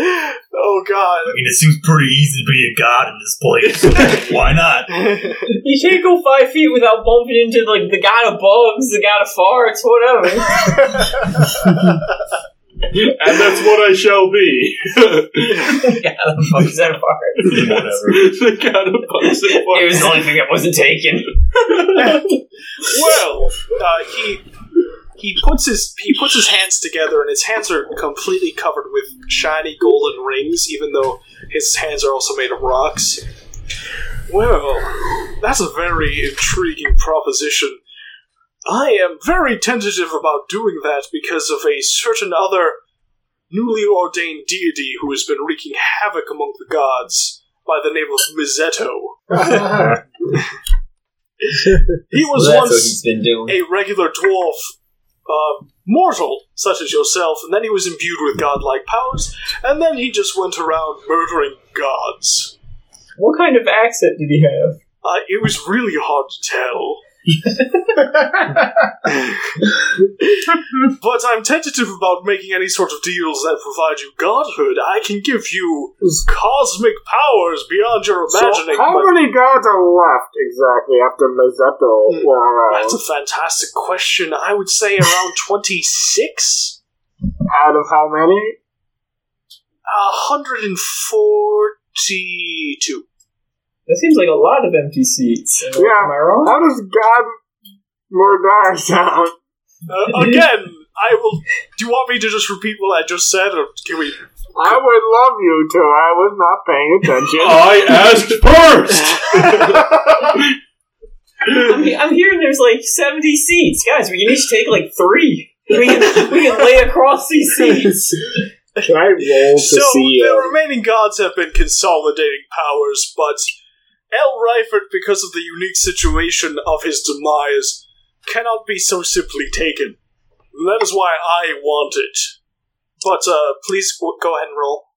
Oh god. I mean, it seems pretty easy to be a god in this place. Why not? You can't go five feet without bumping into like the god of bugs, the god of farts, whatever. and that's what I shall be. yeah, the bugs and farts. the god of bugs and It was the only thing that wasn't taken. well, uh, he he puts his he puts his hands together, and his hands are completely covered with shiny golden rings, even though his hands are also made of rocks. Well, that's a very intriguing proposition. I am very tentative about doing that because of a certain other newly ordained deity who has been wreaking havoc among the gods by the name of Mizetto. he Well, was that's what once he's been doing. a regular dwarf uh, mortal, such as yourself, and then he was imbued with godlike powers, and then he just went around murdering gods. What kind of accent did he have? Uh, it was really hard to tell. but I'm tentative about making any sort of deals that provide you godhood. I can give you cosmic powers beyond your imagining. so how but- many gods are left exactly after Mazzetto? went around? Hmm. That's a fantastic question. I would say around 26? Out of how many? 142. That seems like a lot of empty seats. Am I- Yeah. Am I wrong? How does God Mordar sound? Uh, again, I will. Do you want me to just repeat what I just said, or can we. I would love you to. I was not paying attention. Oh, I asked first. I'm, he- I'm hearing there's like 70 seats. Guys, we need to take like three. We can, we can lay across these seats. Can I roll to E So, see? the Uh, remaining gods have been consolidating powers, but El Reifert, because of the unique situation of his demise, cannot be so simply taken. That is why I want it. But uh, please w- go ahead and roll.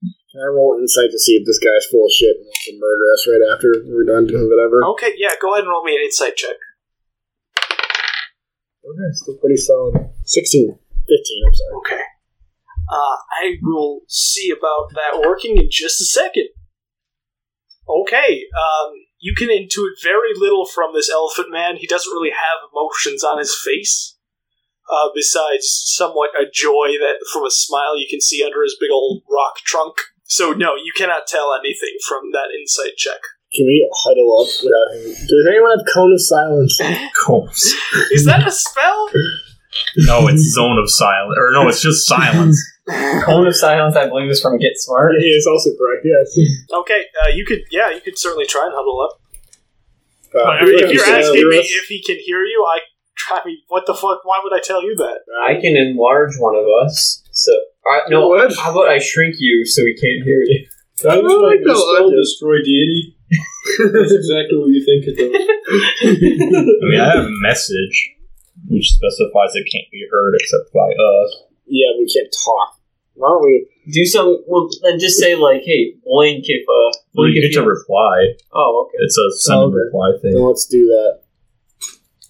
can I roll insight to see if this guy's full of shit and wants to murder us right after we're done doing whatever? Okay, yeah, go ahead and roll me an insight check. Okay, still pretty solid. 16. 15, I'm sorry. Okay. Uh, I will see about that working in just a second. Okay. Um, you can intuit very little from this elephant man. He doesn't really have emotions on his face, uh, besides somewhat a joy that from a smile you can see under his big old rock trunk. So no, you cannot tell anything from that insight check. Can we huddle up without him? Does anyone have cone of silence? Combs. Is that a spell? No, it's zone of silence. Or no, it's just silence. Cone of Silence, I believe, is from Get Smart. He is also correct, yes. Okay. Uh, you could. Yeah, you could certainly try and huddle up. Uh, I mean, if you you're said asking me Lewis- if he can hear you, I. I mean, what the fuck? Why would I tell you that? I can enlarge one of us. So, I, no, You would? how about I shrink you so we can't hear you? That I was like like the that spell idea. destroy deity. That's exactly what you think it does. I mean, I have a message which specifies it can't be heard except by us. Yeah, we can't talk. Why don't we? Do some, well, then just say, like, hey, blink if, uh, Well, blink you if get to reply. Oh, okay. It's a send and Okay. reply Then thing. let's do that.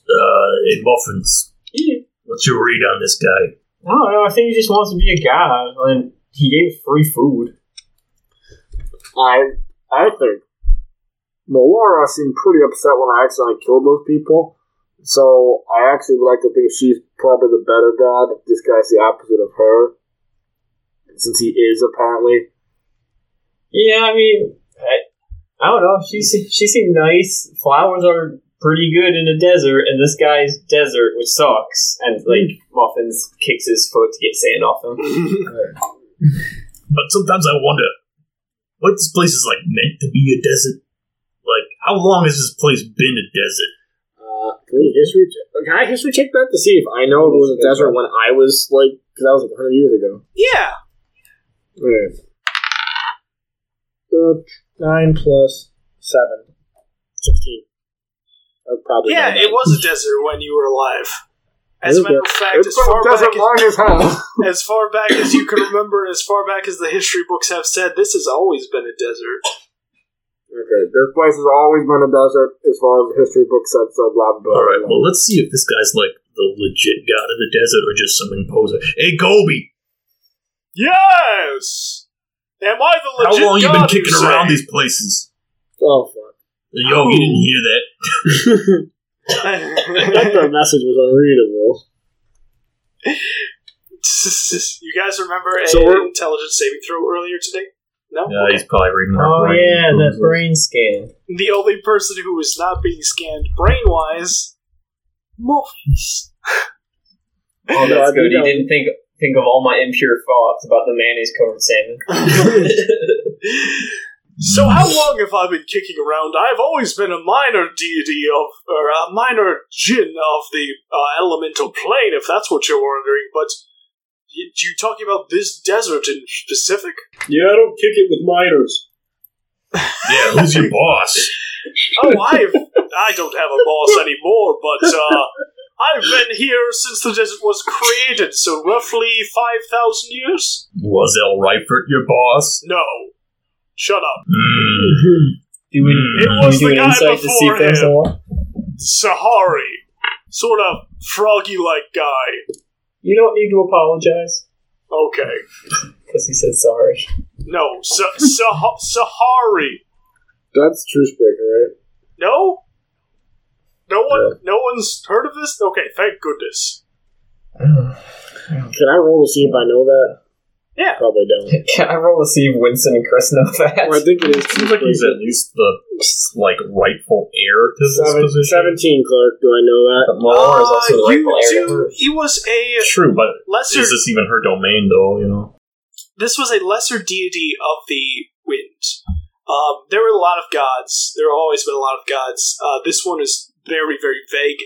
Uh, hey, Muffins, Yeah. what's your read on this guy? I don't know, I think he just wants to be a god, and he gave free food. I I think Melora seemed pretty upset when I accidentally killed those people. So I actually would like to think she's probably the better god. This guy's the opposite of her, since he is apparently. Yeah, I mean, I, I don't know. She se- she seemed nice. Flowers are pretty good in a desert, and this guy's desert, which sucks. And like muffins kicks his foot to get sand off him. But sometimes I wonder, what this place is like meant to be a desert? Like, how long has this place been a desert? Uh, can we history? Check? Can I history check that to see if I know it was a desert when I was like? Because that was like 100 years ago. Yeah, Okay. Uh, nine plus seven. Sixteen. Uh, probably. yeah, not it nine. was a desert when you were alive, As a matter of fact, It's as so far, desert back long as hell. as far back as you can remember, and as far back as the history books have said, this has always been a desert. Okay, this place has always been a desert as far as the history book said, so blah, blah, All right, blah. well, let's see if this guy's like the legit god of the desert or just some imposer. Hey, Gobi, Yes! Am I the how legit long you been god, kicking say? around these places? Oh, fuck. Yo, you didn't hear that. that message was unreadable. you guys remember a So we're- intelligence saving throw earlier today? No? Yeah, he's probably reading Oh our brain. yeah, that brain scan. The only person who is not being scanned brain-wise, Morpheus. Oh, Yeah, I that's do good. He know. didn't think think of all my impure thoughts about the mayonnaise covered salmon. Mm. So how long have I been kicking around? I've always been a minor deity of, or a minor jinn of the uh, elemental plane, if that's what you're wondering. But you, you talking about this desert in specific? Yeah, I don't kick it with minors. Yeah, who's your boss? Oh, I've I don't have a boss anymore, but uh, I've been here since the desert was created, so roughly five thousand years. Was El Ripert your boss? No, shut up. Do we, It Mm. do was we do the an guy insight to see if before there's him. a lot? Sahari, sort of froggy-like guy. You don't need to apologize Okay, because he said sorry. no, Sa- Sah- Sahari. That's truce breaker, right? No, no one, no one's heard of this. Okay, thank goodness. Can I roll to see if I know that? Yeah. Probably don't. Can I roll to see if Winston and Chris know that? Well, I think it is. Seems like he's at least the like rightful heir to this Seven, position. 17, Clark. Do I know that? But Malar is Oh, also the Uh, rightful heir. you do. He was a True, but lesser. is this even her domain though? You know, this was a lesser deity of the wind. Um, there were a lot of gods. There have always been a lot of gods. Uh, this one is very, very vague.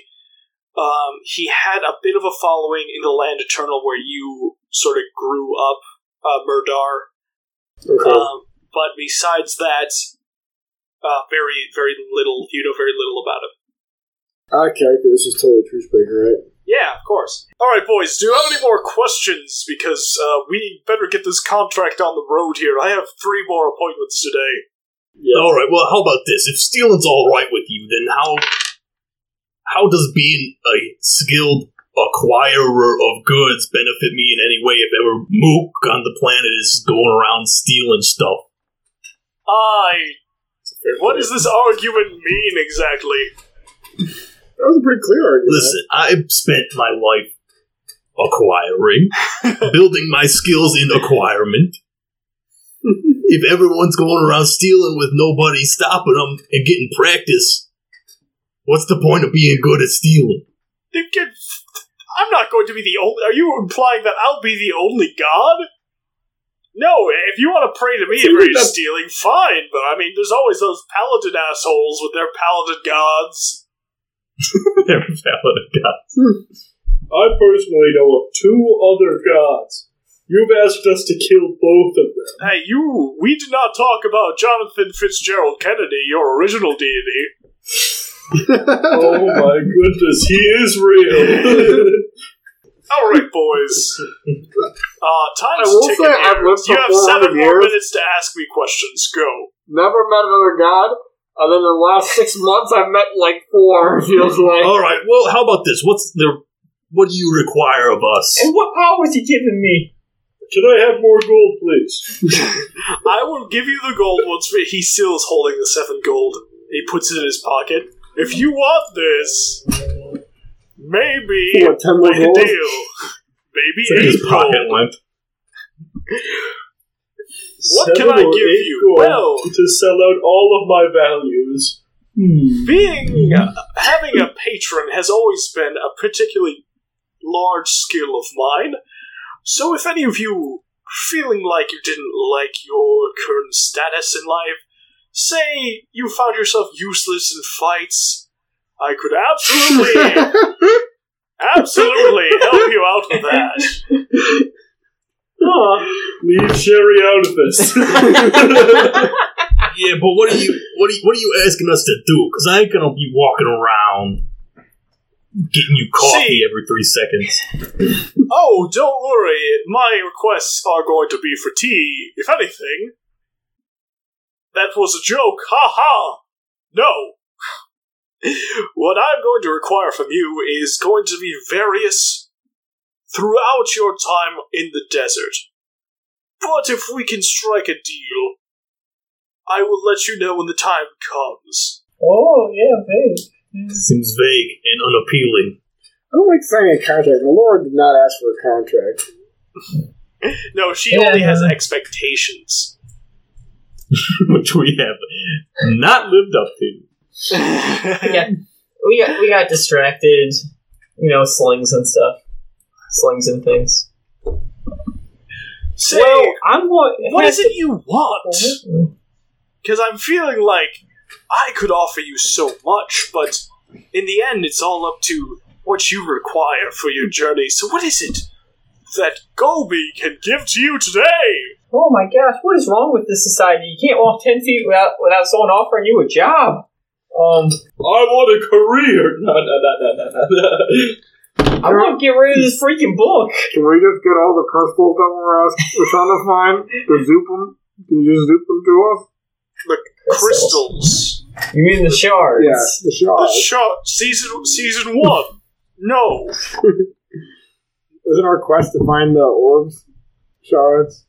Um, he had a bit of a following in the land eternal where you sort of grew up, uh, Murdar. Oh. Uh, Um, but besides that, uh, very, very little. You know very little about him. Out of character, this is totally truce breaker, right? Yeah, of course. All right, boys. Do you have any more questions? Because uh, we better get this contract on the road here. I have three more appointments today. All right. Well, how about this? If stealing's all right with you, then how how does being a skilled acquirer of goods benefit me in any way? If ever Mook on the planet is going around stealing stuff, I. What does this argument mean exactly? That was a pretty clear argument. listen, I've spent my life acquiring, building my skills in acquirement. if everyone's going around stealing with nobody stopping them and getting practice, what's the point of being good at stealing? You can- I'm not going to be the only. Are you implying that I'll be the only god? No, if you want to pray to me for your stealing, fine. But I mean, there's always those paladin assholes with their paladin gods. They're valid gods. I personally know of two other gods. You've asked us to kill both of them. Hey, you. We did not talk about Jonathan Fitzgerald Kennedy, your original deity. oh my goodness, he is real. All right, boys. Uh, I time's will ticking. say I've here. lived you for have seven 400 more years. minutes to ask me questions. Go. Never met another god, and then in the last six months I've met like four, it feels like. All right. Well, how about this? What's the what do you require of us? And what power was he giving me? Can I have more gold, please? I will give you the gold once we, he still is holding the seven gold. He puts it in his pocket. If you want this, maybe What, ten more we gold? can deal. Maybe eight gold. went. What can Seven I or give eight you? gold Well, to sell out all of my values. being having a patron has always been a particularly large skill of mine. So if any of you feeling like you didn't like your current status in life, say you found yourself useless in fights, I could absolutely absolutely help you out with that. Leave Sherry out of this. Yeah, but what are you what are you, what are you asking us to do? Because I ain't gonna be walking around getting you coffee every three seconds. Oh, don't worry. My requests are going to be for tea, if anything. That was a joke. Ha ha! No. what I'm going to require from you is going to be various throughout your time in the desert. But if we can strike a deal, I will let you know when the time comes. Oh, yeah, vague. Seems vague and unappealing. I don't like signing a contract. My lord did not ask for a contract. No, she only has expectations. which we have not lived up to. we got we got we got distracted, you know, slings and stuff, slings and things. Say, well, Uh-huh. I'm going. what is it you want? Because I'm feeling like I could offer you so much, but in the end, it's all up to what you require for your journey. So, what is it that Gobi can give to you today? Oh my gosh, what is wrong with this society? You can't walk ten feet without without someone offering you a job. Um, I want a career. No, no, no, no, no, no. I want to get rid of this freaking book. Can we just get all the crystals that were asked Rosanna find to zoop them? Can you just zoop them to us? Crystals. You mean the shards? Yeah, the The shot. shot season season one. No, Isn't our quest to find the orbs, shards,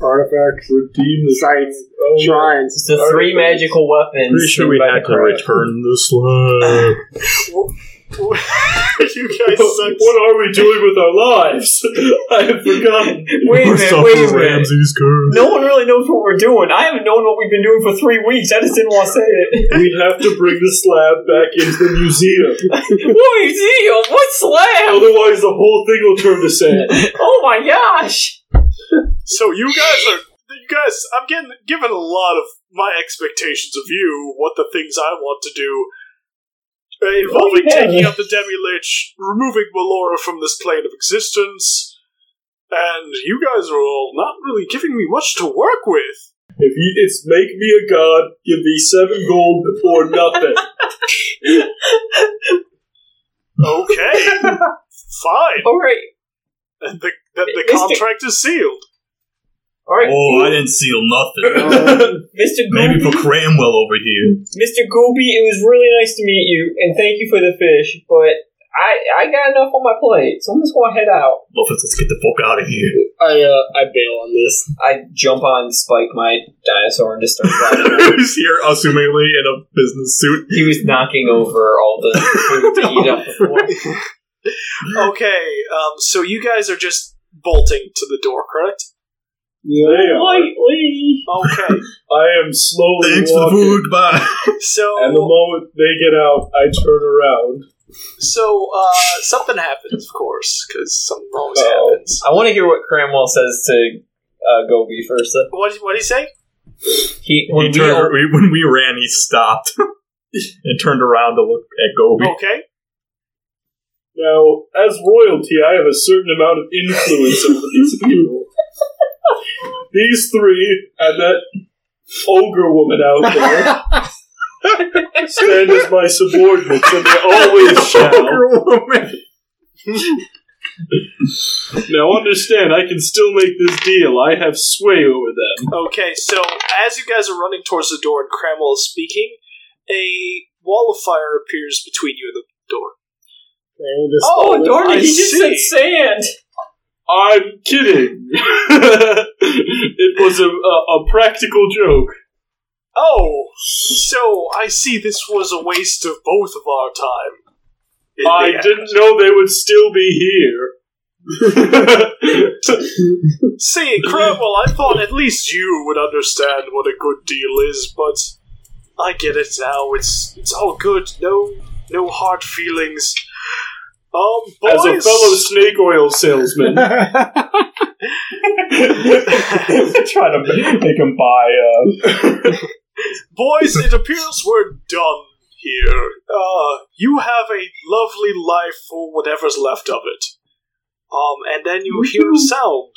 artifacts, Redeem the sites, Oh, shrines? It's the three magical weapons. Pretty sure we by had the to crowd. return the slab. you guys suck. What are we doing with our lives? I have forgotten. Wait a We're minute, wait a suffering minute. Ramses' curse. No one really knows what we're doing. I haven't known what we've been doing for three weeks. I just didn't want to say it. We have to bring the slab back into the museum. what museum? What slab? Otherwise, the whole thing will turn to sand. Oh my gosh! So you guys are you guys I'm getting given a lot of my expectations of you, what the things I want to do. uh, involving yeah. taking out the Demi Lich, removing Melora from this plane of existence, and you guys are all not really giving me much to work with. If you, it's make me a god, give me seven gold or nothing. Okay, fine. All right, And the, that the Mr. contract is sealed. all right, Oh, I didn't seal nothing. Mr. Maybe Gooby. for Cramwell over here. Mr. Gooby, it was really nice to meet you, and thank you for the fish. But I, I got enough on my plate, so I'm just gonna head out. Muffins, let's get the fuck out of here. I uh, I bail on this. I jump on Spike, my dinosaur, and just start riding. Who's here, assumingly, in a business suit. he was knocking over all the food to eat up before. Okay, um, so you guys are just bolting to the door, correct? They are. Lightly. Okay, I am slowly Thanks for the walking. food, bye. so And the moment they get out, I turn around. So, uh, something happens, of course, because something always Uh-oh. happens. Uh, I want to hear what Cramwell says to uh, Gobi first. though. What what do you say? He, He when we turned, all- we- when we ran, he stopped and turned around to look at Gobi. Okay. Now, as royalty, I have a certain amount of influence over these people. Oh, These three and that ogre woman out there stand as my subordinates, and they always shall. Now, understand, I can still make this deal. I have sway over them. Okay, so as you guys are running towards the door and Cramwell is speaking, a wall of fire appears between you and the door. And just oh, darn I it! He just see. said sand. I'm kidding. it was a, a, a practical joke. Oh, so I see this was a waste of both of our time. In I the end. didn't know they would still be here. See, Cramwell, I thought at least you would understand what a good deal is, but I get it now. It's it's all good. No no hard feelings. Um, boys. As a fellow snake oil salesman, Trying to make him buy. uh, Boys, it appears we're done here. Uh, you have a lovely life for whatever's left of it. Um, and then you hear a sound.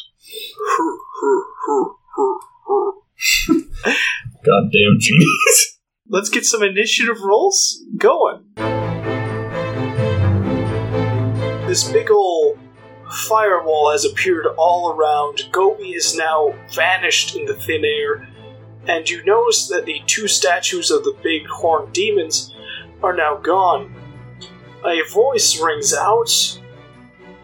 Goddamn genies. Let's get some initiative rolls going. Initiative. this big ol' firewall has appeared all around. Gobi is now vanished in the thin air, and you notice that the two statues of the big horned demons are now gone. A voice rings out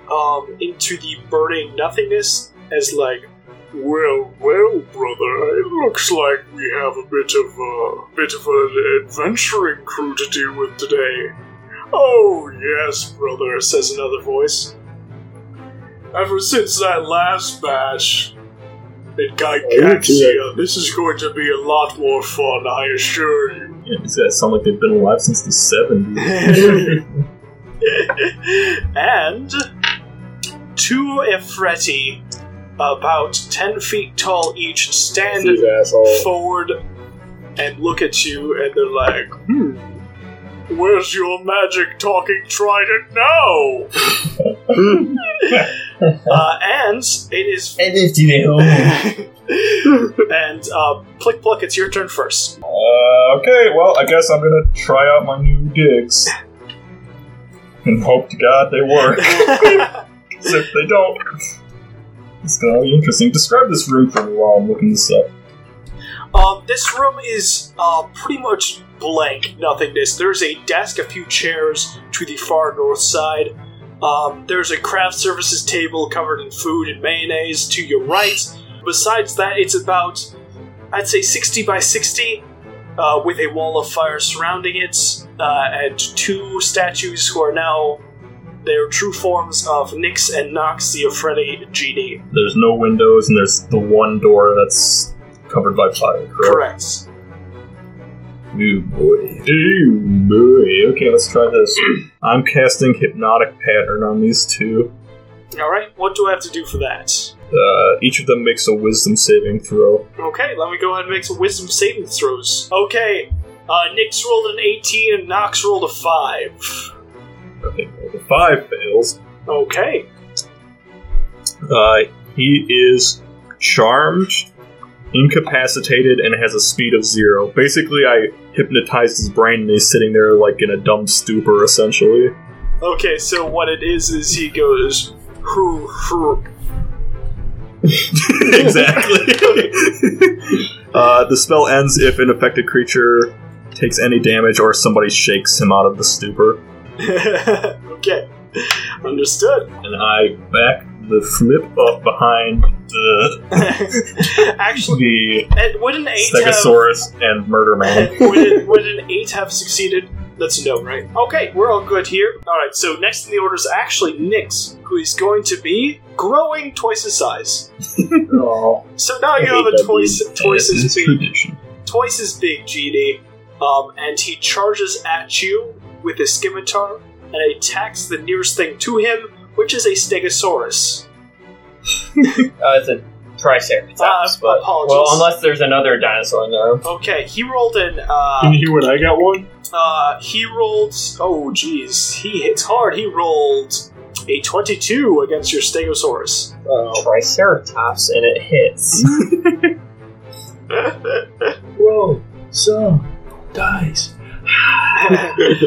um, into the burning nothingness as like, Well, well, brother, it looks like we have a bit of a bit of an adventuring crew to deal with today. Oh yes, brother, says another voice. Ever since that last batch, it got Gaxia. This is going to be a lot more fun, I assure you. Yeah, these guys sound like they've been alive since the 70s. and two Ifreti, about ten feet tall each, stand These assholes. forward and look at you, and they're like, "Hmm, Where's your magic talking trident now? uh, and it is. And if they home. and uh, Plick Pluck, it's your turn first. Uh, okay, well, I guess I'm gonna try out my new digs. And hope to God they work. 'Cause if they don't, it's gonna be interesting. Describe this room for me while I'm looking this up. Um, this room is uh, pretty much blank nothingness. There's a desk, a few chairs to the far north side. Um, there's a craft services table covered in food and mayonnaise to your right. Besides that, it's about, I'd say, 60 by 60, uh, with a wall of fire surrounding it, uh, and two statues who are now their true forms of Nyx and Nox, the Afredi genie. There's no windows, and there's the one door that's covered by fire, correct? Correct. Ooh boy. Ooh boy. Okay, let's try this. I'm casting Hypnotic Pattern on these two. All right, what do I have to do for that? Uh, each of them makes a wisdom saving throw. Okay, let me go ahead and make some wisdom saving throws. Okay, uh, Nyx rolled an 18 and Nox rolled a 5. Okay, well, the five fails. Okay. Uh, he is charmed, incapacitated, and has a speed of zero. Basically, I hypnotized his brain and he's sitting there like in a dumb stupor, essentially. Okay, so what it is is he goes, hoo, hoo. exactly. uh, the spell ends if an affected creature takes any damage or somebody shakes him out of the stupor. okay, understood. And I back the flip up behind the, Actually, the and would an 8 have... Stegosaurus and Murder Man. would, an, would an 8 have succeeded? That's a no, right? Okay, we're all good here. Alright, so next in the order is actually Nyx, who is going to be growing twice his size. oh, So now you have a twice, twice as big twice as big genie, um, and he charges at you with his scimitar and attacks the nearest thing to him, which is a Stegosaurus. Uh, it's a Triceratops. Uh, but, apologies. Well, unless there's another dinosaur in there. Okay, he rolled an. Can Uh, you hear when I got one? uh, he rolled. Oh, jeez, he hits hard. He rolled a twenty-two against your Stegosaurus. Triceratops, and it hits. Whoa, so dies.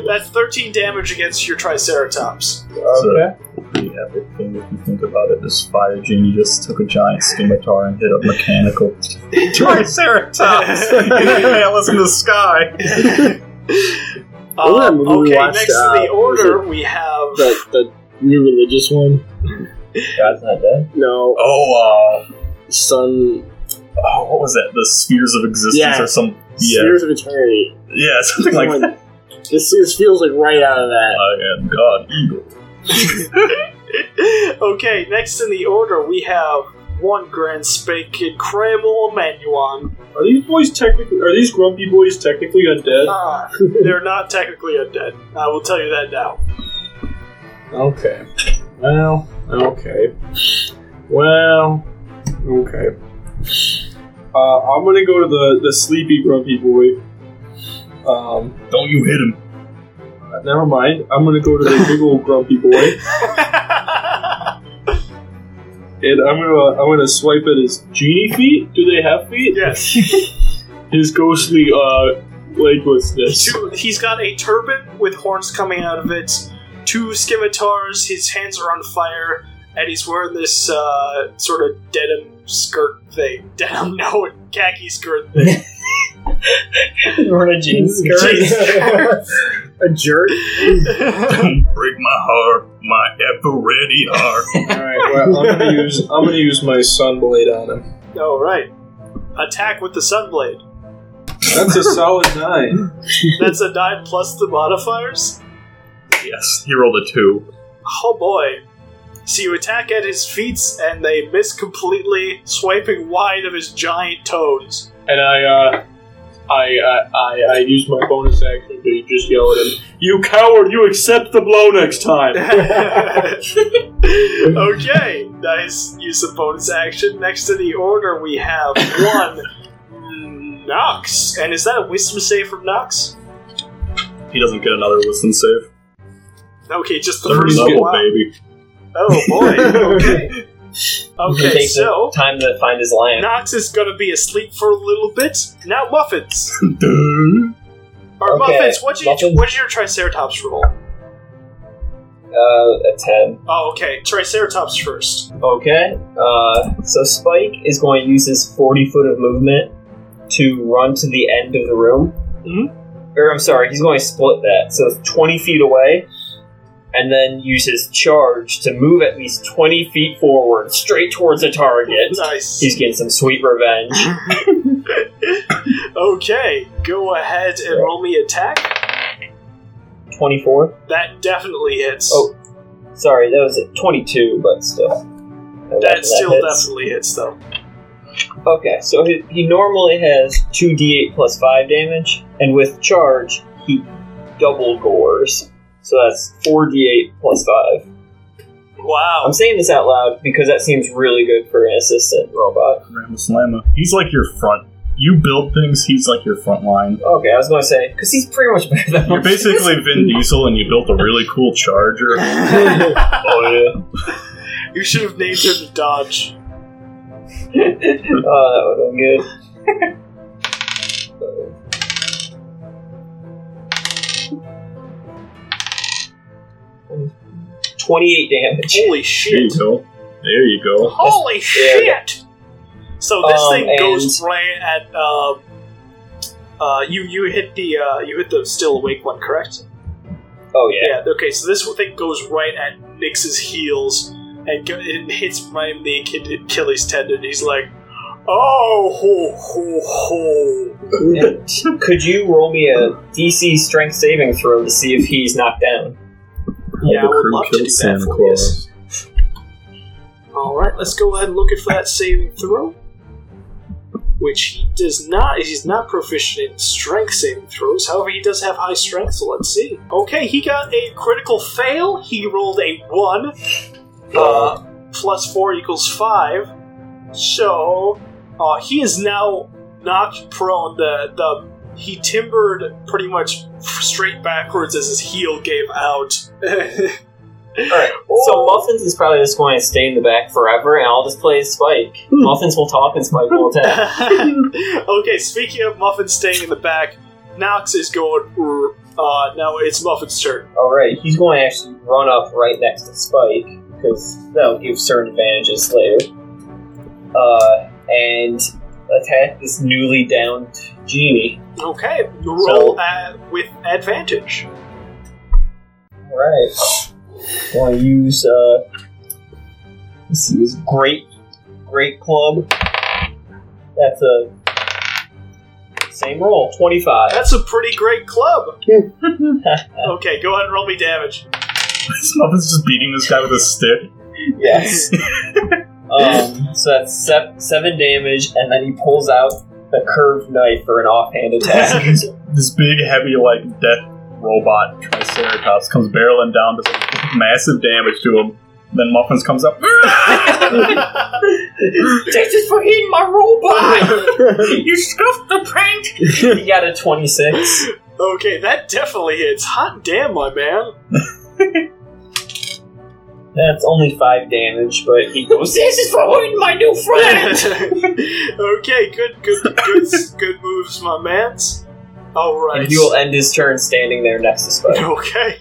That's thirteen damage against your Triceratops. okay. pretty epic thing if you think about it. This fire genie just took a giant scimitar and hit a mechanical Triceratops us in the sky. Uh, Well, then we okay, watched, next in the uh, order we have. The, the new religious one? God's not dead. No. Oh, uh, Sun. oh, what was that? The spheres of existence Yeah. or some? Yeah, Spheres of Eternity. yeah, something like that. Someone- This, this feels like right out of that. I am God Eagle. okay, next in the order we have one Grand Spake Kid, Cramble Emanuon. Are these boys technically? Are these grumpy boys technically undead? Ah, they're not technically undead. I will tell you that now. Okay. Well, okay. Well, okay. Uh, I'm gonna go to the the sleepy grumpy boy. Um, uh, Don't you hit him? never mind. I'm gonna go to the big old grumpy boy, and I'm gonna I'm gonna swipe at his genie feet. Do they have feet? yes. His ghostly uh leglessness. Two, he's got a turban with horns coming out of it, two scimitars. His hands are on fire, and he's wearing this uh, sort of denim skirt thing. Denim, no, khaki skirt thing. Wearing a jeans skirt. Jeans skirt. a jerk. Don't break my heart, my ever ready heart. All right, well, I'm gonna use I'm gonna use my sunblade on him. All right, attack with the sunblade. That's a solid nine. That's a nine plus the modifiers. yes, he rolled a two. Oh boy. So you attack at his feet, and they miss completely, swiping wide of his giant toes. And I uh, I, I I I use my bonus action to just yell at him. You coward! You accept the blow next time. okay, nice use of bonus action. Next to the order, we have one Nox, and is that a wisdom save from Nox? Oh, He doesn't get another wisdom save. Okay, just the Third first level, one. baby. Oh boy. Okay. He Okay, takes the so time to find his lion. Nox is gonna be asleep for a little bit. Now Muffins. Or Okay, Muffins, what's your Muffins. what's your Triceratops roll? Uh, a ten. Oh, okay. Triceratops first. Okay. Uh, so Spike is going to use his 40 foot of movement to run to the end of the room. Mm-hmm. Or, I'm sorry, he's going to split that. So it's 20 feet away, and then use his charge to move at least 20 feet forward, straight towards the target. Nice. He's getting some sweet revenge. Mm-hmm. Okay, go ahead and roll me attack. 24. That definitely hits. Oh, sorry, that was at 22, but still. That, that still hits. definitely hits though. Okay, so he, he normally has 2d8 plus 5 damage, and with charge, he double gores. So that's 4d8 plus 5. Wow. I'm saying this out loud because that seems really good for an assistant robot. Ramaslamma. He's like your front. You build things. He's like your front line. Okay, I was going to say, because he's pretty much better than You're basically Vin Diesel, and you built a really cool charger. oh yeah. You should have named him Dodge. oh, that would have been good. Twenty-eight damage. Holy There you shit. go. There you go. Holy Yeah. shit! So this Um, thing goes and- right at um uh you you hit the uh you hit the still awake one, correct? Oh yeah. okay, so this thing goes right at Nix's heels and go, it hits right in the Achil- Achilles tendon. He's like, "Oh, ho, ho, ho." And could you roll me a DC strength saving throw to see if he's knocked down? Yeah, I would love to do that for you. All right, let's go ahead and look at for that saving throw, which he does not. He's not proficient in strength saving throws. However, he does have high strength, so let's see. Okay, he got a critical fail. He rolled a one. Uh, plus four equals five. So uh, he is now knocked prone. The the he timbered pretty much straight backwards as his heel gave out. Alright, Oh. so Muffins is probably just going to stay in the back forever, and I'll just play as Spike. Muffins will talk and Spike will attack. Hmm. okay, speaking of Muffin staying in the back, Knox is going. "Rrr." Uh, now it's Muffin's turn. Alright, he's going to actually run up right next to Spike, because that'll give certain advantages later. Uh, and attack this newly downed genie. Okay, roll uh, with advantage. Alright. Want to use, uh, let's see, his great, great club. That's a same roll, 25. That's a pretty great club. okay, go ahead and roll me damage. Muffins just beating this guy with a stick. Yes. um, so that's se- seven damage, and then he pulls out a curved knife for an offhand attack. this big, heavy, like death robot Triceratops comes barreling down, does massive damage to him. Then Muffins comes up. this is for hitting my robot! you scuffed the paint! he got a 26. Okay, that definitely hits. Hot damn, my man. That's only five damage, but he goes, This is for hitting my new friend! okay, good, good, good, good moves, my mans. All right. And he will end his turn standing there next to Spike. Okay.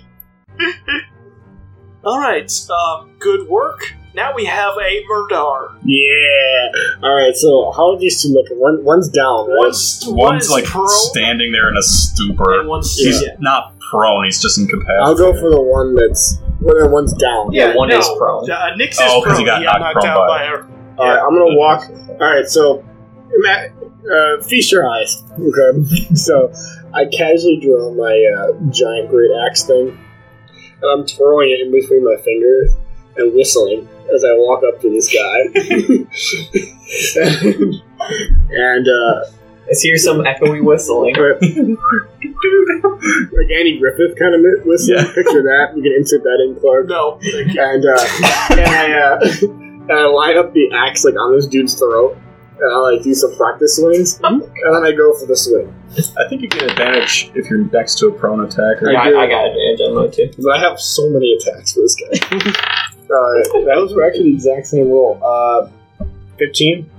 All right. Um, good work. Now we have a Murdar. Yeah. All right. So how are these two looking? One, one's down. Right? One's One's like standing there in a stupor. he's yeah. not prone. He's just incapacitated. I'll go for the one that's one. Of the one's down. no. Uh, Nyx is Oh, 'cause prone. he got yeah, knocked knocked prone out by by her. All right. I'm gonna walk. All right. So, Matt, uh, feast your eyes. Okay. so, I casually draw my uh, giant great axe thing, and I'm twirling it in between my fingers and whistling as I walk up to this guy. and uh, Let's hear some echoey whistling. like Andy Griffith kind of whistle. Picture that. You can insert that in, Clark. No. And uh, and I uh, and I line up the axe like on this dude's throat, and I like do some practice swings, and then I go for the swing. I think you get advantage if you're next to a prone attacker. I do. advantage on mine too. But I have so many attacks for this guy. uh, that was actually the exact same roll. Uh, Fifteen.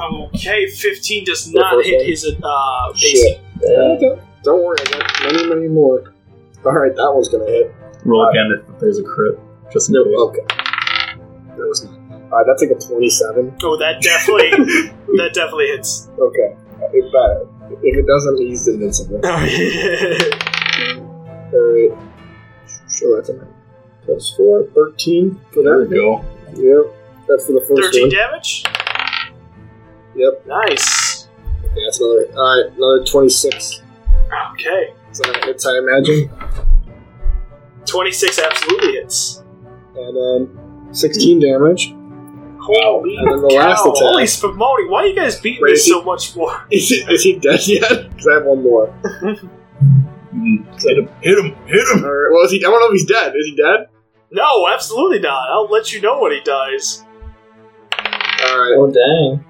Okay, 15 does not first hit one? his uh, basic. Shit. Uh, don't, don't worry, I got many, many more. All right, that one's gonna hit. Roll again if there's a crit. Just in No, case. okay. That was not. All right, that's like a twenty-seven. Oh, that definitely, that definitely hits. Okay. It better. If it doesn't, he's invincible. Alright. Sure, that's enough. Plus 4, 13 for There that. we go. Yep. That's for the first 13 one. damage? Yep. Nice. Yeah, that's another. Alright, another 26. Okay. So that hits, I imagine. 26 absolutely hits. And then 16 damage. Holy And then the cow. last attack. Holy spumoni, why are you guys beating Wait, this he- so much more? Is, it, is he dead yet? Because I have one more. Mm, Hit him! Hit him! Hit him! Alright, well, is he, I don't know if he's dead. Is he dead? No, absolutely not. I'll let you know when he dies. Alright. Oh dang.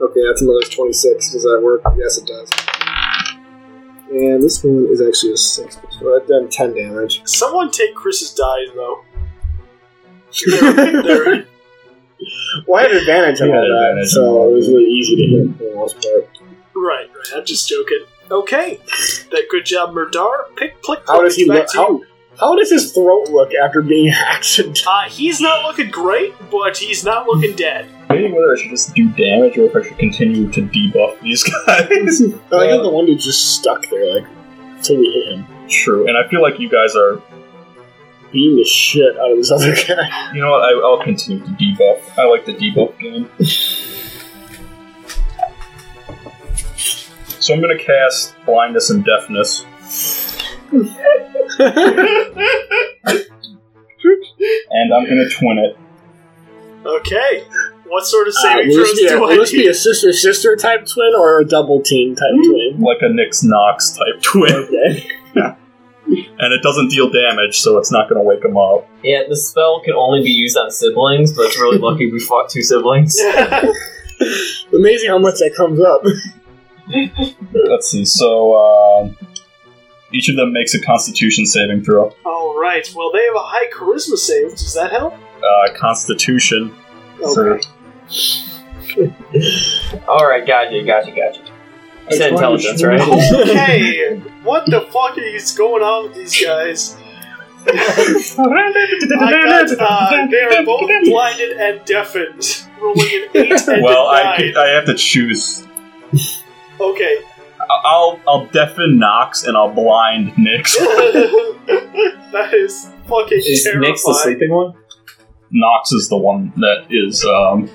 Okay, that's another 26. Does that work? Yes, it does. And this one is actually a 6. So I've uh, done 10 damage. Someone take Chris's dies, though. They're- they're- Well, I had advantage on Yeah, all that, advantage. so it was really easy to hit for the most part. right, right, I'm just joking. Okay. That good job, Murdar. Pick, plick, How plick, does he it's back look? to you. How, how does his throat look after being accident? Uh, he's not looking great, but he's not looking dead. Debating whether I should just do damage or if I should continue to debuff these guys. I think the one dude just stuck there, like, until we hit him. True, and I feel like you guys are. Beating the shit out of this other guy. You know what? I, I'll continue to debuff. I like the debuff game. so I'm gonna cast blindness and deafness. and I'm gonna twin it. Okay. What sort of Uh, saving will throws this be a, do I will this be need? a sister sister type twin or a double team type Hmm. twin? Like a Nix Knox type twin. Okay. And it doesn't deal damage, so it's not gonna wake him up. Yeah, the spell can only be used on siblings, but it's really lucky we fought two siblings. Amazing how much that comes up. Let's see, so, um. Each of them makes a constitution saving throw. All right. Well, they have a high charisma save. Does that help? Uh, constitution. So Alright, gotcha, gotcha, gotcha. You said intelligence, right? Okay. what the fuck is going on with these guys? I got, uh, they are both blinded and deafened, rolling an eight and well, a I, nine. could- I have to choose. Okay. I- I'll I'll deafen Knox and I'll blind Nix. that is fucking Is terrifying. Nick's the sleeping one? Knox is the one that is um,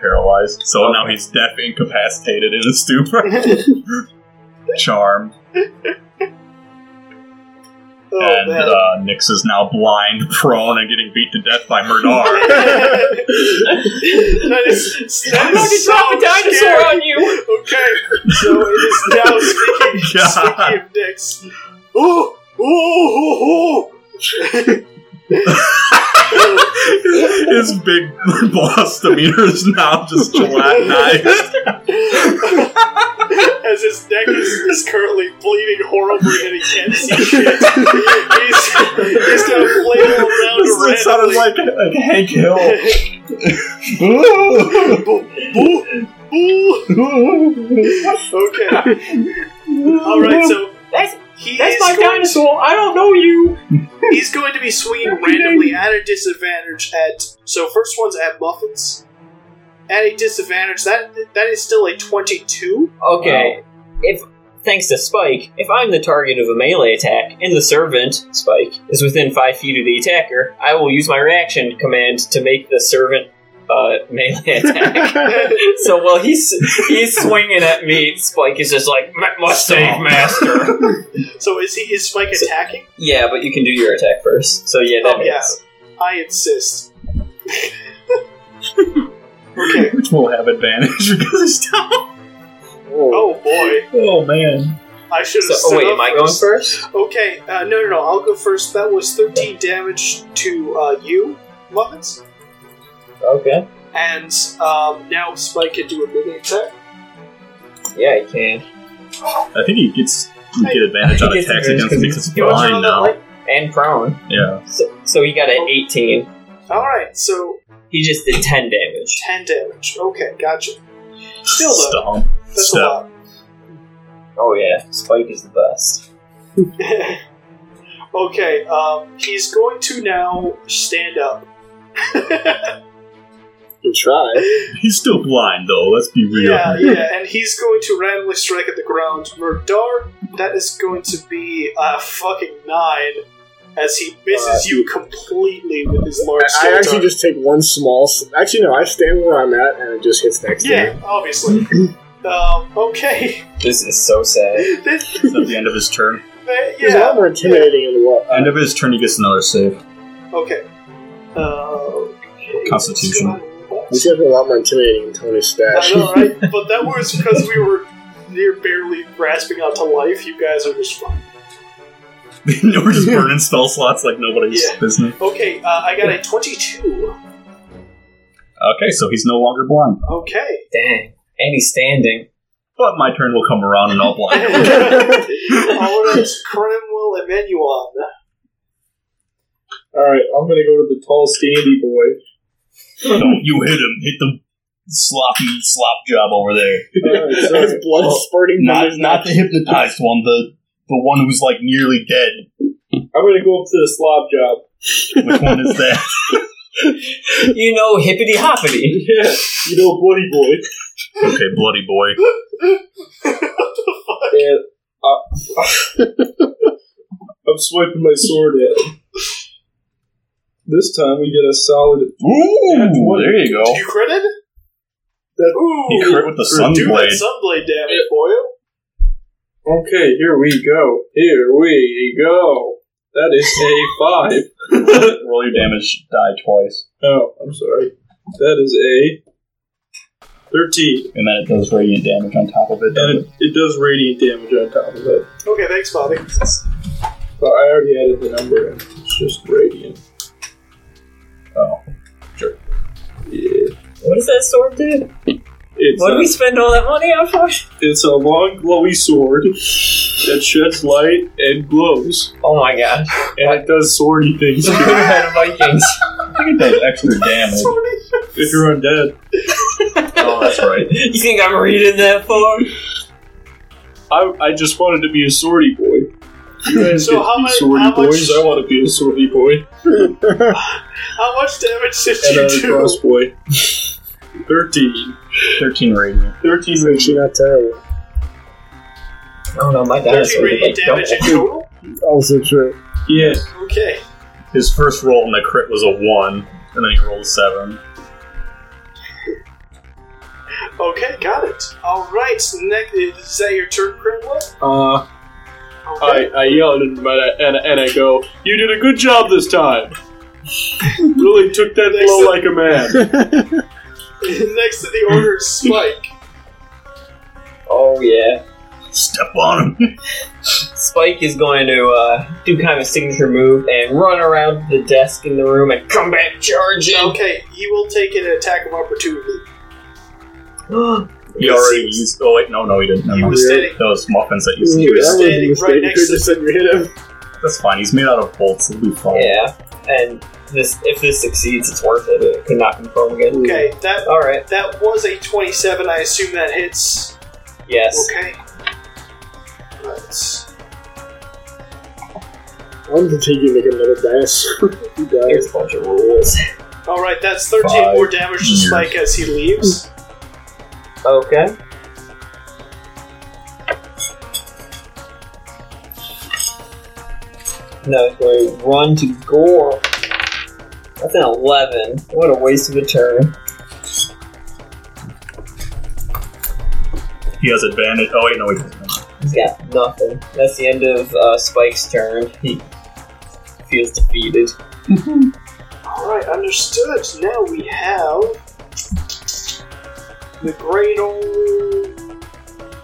paralyzed, so now he's deaf, incapacitated, in a stupor. Charmed, oh, and man. uh, Nix is now blind, prone, and getting beat to death by Murdar. that is, that about to is so drop a dinosaur scary. on you! Okay, so it is now speaking, God. speaking of dicks. Ooh, ooh, ooh, ooh. His big boss demeanor is now just gelatinized. As his neck is, is currently bleeding horribly and he can't see shit. He's, he's gonna flail around This randomly. this sounded like like Hank Hill. ooh, ooh. Okay. Alright, so That's He That's is my going dinosaur. I don't know you. To, he's going to be swinging randomly at a disadvantage at. So first one's at Muffins. At a disadvantage, that that is still a twenty-two. Okay. If thanks to Spike, if I'm the target of a melee attack and the servant Spike is within five feet of the attacker, I will use my reaction command to make the servant uh, melee attack. so while he's he's swinging at me, Spike is just like "Ma- must save master. So is he is Spike attacking? yeah, but you can do your attack first. So yeah, that Oh, yeah. hits. I insist. Which will have advantage because it's tough. Oh boy, Oh man. I should have. So, oh wait, am I going first? Okay, uh, no, no, no. I'll go first. That was thirteen damage to uh, you, Muffins, Okay. and um, now Spike can do a melee attack. Yeah, you can. I think he gets you get advantage on He gets attacks advantage against him because he's You wanna turn blind on that now. light? And prone. Yeah. So, so he got an 18. All right, so He just did 10 damage. ten damage. Okay, gotcha. Still though, Stomp. that's Step. a lot. Oh yeah, Spike is the best. okay, um, he's going to now stand up. You try. He's still blind though, let's be real. Yeah, yeah, and he's going to randomly strike at the ground. Murdar, that is going to be a fucking nine, as he misses you completely with his large Uh, I scimitar. actually just take one small. s- Actually, no, I stand where I'm at, and it just hits next to yeah, me. obviously. um, okay, This is so sad. This- It's at the end of his turn. that- It's a lot yeah, more intimidating than what. End of his turn he gets another save. okay. Uh, okay. Constitution. This is a lot more intimidating than Tony's stash. I know, right? But that was because we were near barely grasping onto life. You guys are just fine. We're just burning spell slots like nobody's Yeah. business. Okay, uh, I got a 22. Okay, so he's no longer blind. Okay. Dang. And he's standing. But my turn will come around and I'll blind. him. Alright, Cromwell Emmanuel. Alright, I'm gonna go to the tall, standy boy. Don't you hit him. Hit the sloppy slop job over there. Alright, so There's blood Oh, spurting from Not his not the hypnotized one, the the one who's like nearly dead. I'm gonna go up to the slob job. Which one is that? You know, hippity hoppity. Yeah, you know, bloody boy. okay, bloody boy. And uh, I'm swiping my sword at him. This time we get a solid. Ooh, there you go. Did you crit it? That- Ooh, He crit with the do sunblade. that sunblade damage, boy. Okay, here we go. Here we go. That is a five. Roll your damage die twice, Oh, I'm sorry. That is a thirteen, and then it does radiant damage on top of it. and doesn't it, it does radiant damage on top of it. Okay, thanks, Bobby. But I already added the number in. It's just radiant. it? Oh, Yeah. What does that sword do? It's What a, do we spend all that money on for? it's a long, glowy sword that sheds light and glows, Oh my god. and it does swordy things to you Head of Vikings. I think it does extra damage. if you're undead. Oh, that's right. You think I'm reading that far? I, I just wanted to be a swordy boy. You guys So get how to be much- swordy how much- boys. I want to be a swordy boy How much damage did and you I'm a do? cross boy. Thirteen. Thirteen radiant. Thirteen It's actually not terrible. I don't know, my 13 dinosaur did like radiant damage in double. total? Also true. Yeah. Okay. His first roll on the crit was a one, and then he rolled a seven. Okay, got it. Alright, next is that your turn, Cromwell? Uh, Okay. I, I yell at him and I, and, and I go, You did a good job this time. really took that blow like a man. next to the order is Spike. Oh yeah. Step on him. Spike is going to uh, do kind of a signature move and run around the desk in the room and come back charging. Okay, you will take an attack of opportunity. He already used. Oh wait, no, no, he didn't. No, He no. was standing. Those muffins that used. He was That would be standing a right mistake. You next could to just said you hit him. That's fine. He's made out of bolts. It'll be fine. Yeah. And this if this succeeds, it's worth it. It could not confirm again. Okay, that Alright. that was a 27. I assume that hits. Yes. Okay. Right. I wanted to take you to make another dinosaur. you There's a bunch of rules. All right, that's 13 more damage to Spike as he leaves. Okay. No, it's going to run to Gore. That's an 11. What a waste of a turn. He has advantage. Oh wait, no, he doesn't. He's got nothing. That's the end of uh, Spike's turn. He feels defeated. All right, understood. Now we have the great old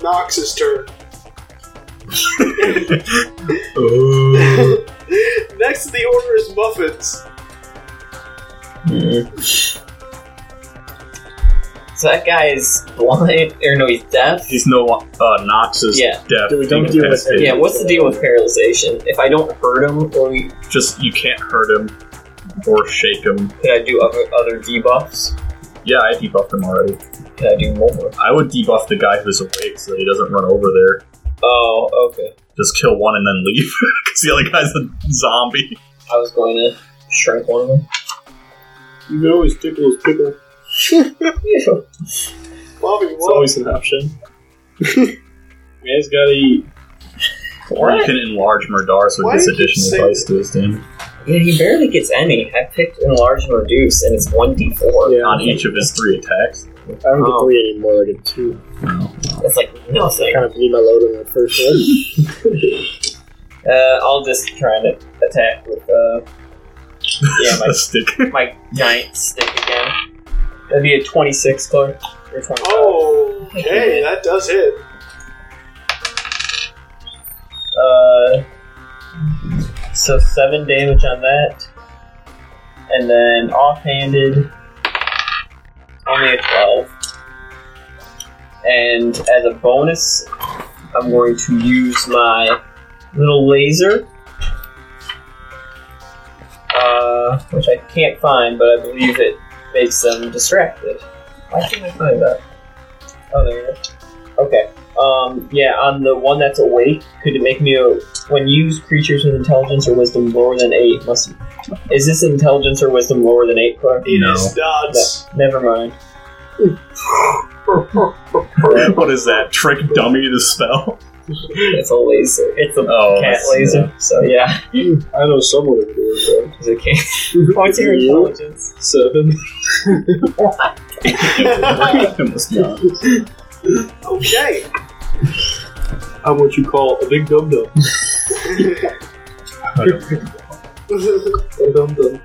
Nox's turn. Oh. Next in the order is Muffins. Mm-hmm. So that guy is blind, or no, he's deaf. He's no uh, Nox's Yeah. death. Dude, we don't being deal with tested. it. Yeah, what's the deal with paralyzation? If I don't hurt him, or we, Just you can't hurt him or shake him. could I do other, other debuffs? Yeah, I debuffed him already. Could I do more? I would debuff the guy who's awake so he doesn't run over there. Oh, okay. Just kill one and then leave because the other guy's a zombie. I was going to shrink one of them. You can always tickle his pickle. Bobby, It's always an option. Man's gotta eat. Or you can enlarge Murdar so Why he gets do you keep additional saying- dice to his damage Yeah, he barely gets any. I picked enlarge and reduce, and it's one d four. Yeah, on each of his three attacks. I don't get Oh. three anymore. I get two. That's like I nothing. kind of blew my load on the first one. Uh, I'll just try and attack with uh, yeah, A stick. my, my giant stick again. That'd be a twenty six, Clark, or twenty five. Oh, okay, that does hit. Uh, so seven damage on that, and then offhanded, only a twelve. And as a bonus, I'm going to use my little laser, uh, which I can't find, but I believe it makes them distracted. Why can't I find that? Oh, there it is. Okay. Um, yeah, on the one that's awake, could it make me a when used creatures with intelligence or wisdom lower than eight must is this intelligence or wisdom lower than eight, Clark? It is No. nuts. Ne- never mind. what is that trick dummy to spell? It's a laser. It's a Oh, cat that's- laser. So yeah, I know someone would do it it's a cat. What's your You? intelligence? though. Seven. Okay, I'm what you call a big dum dum. A dum dum.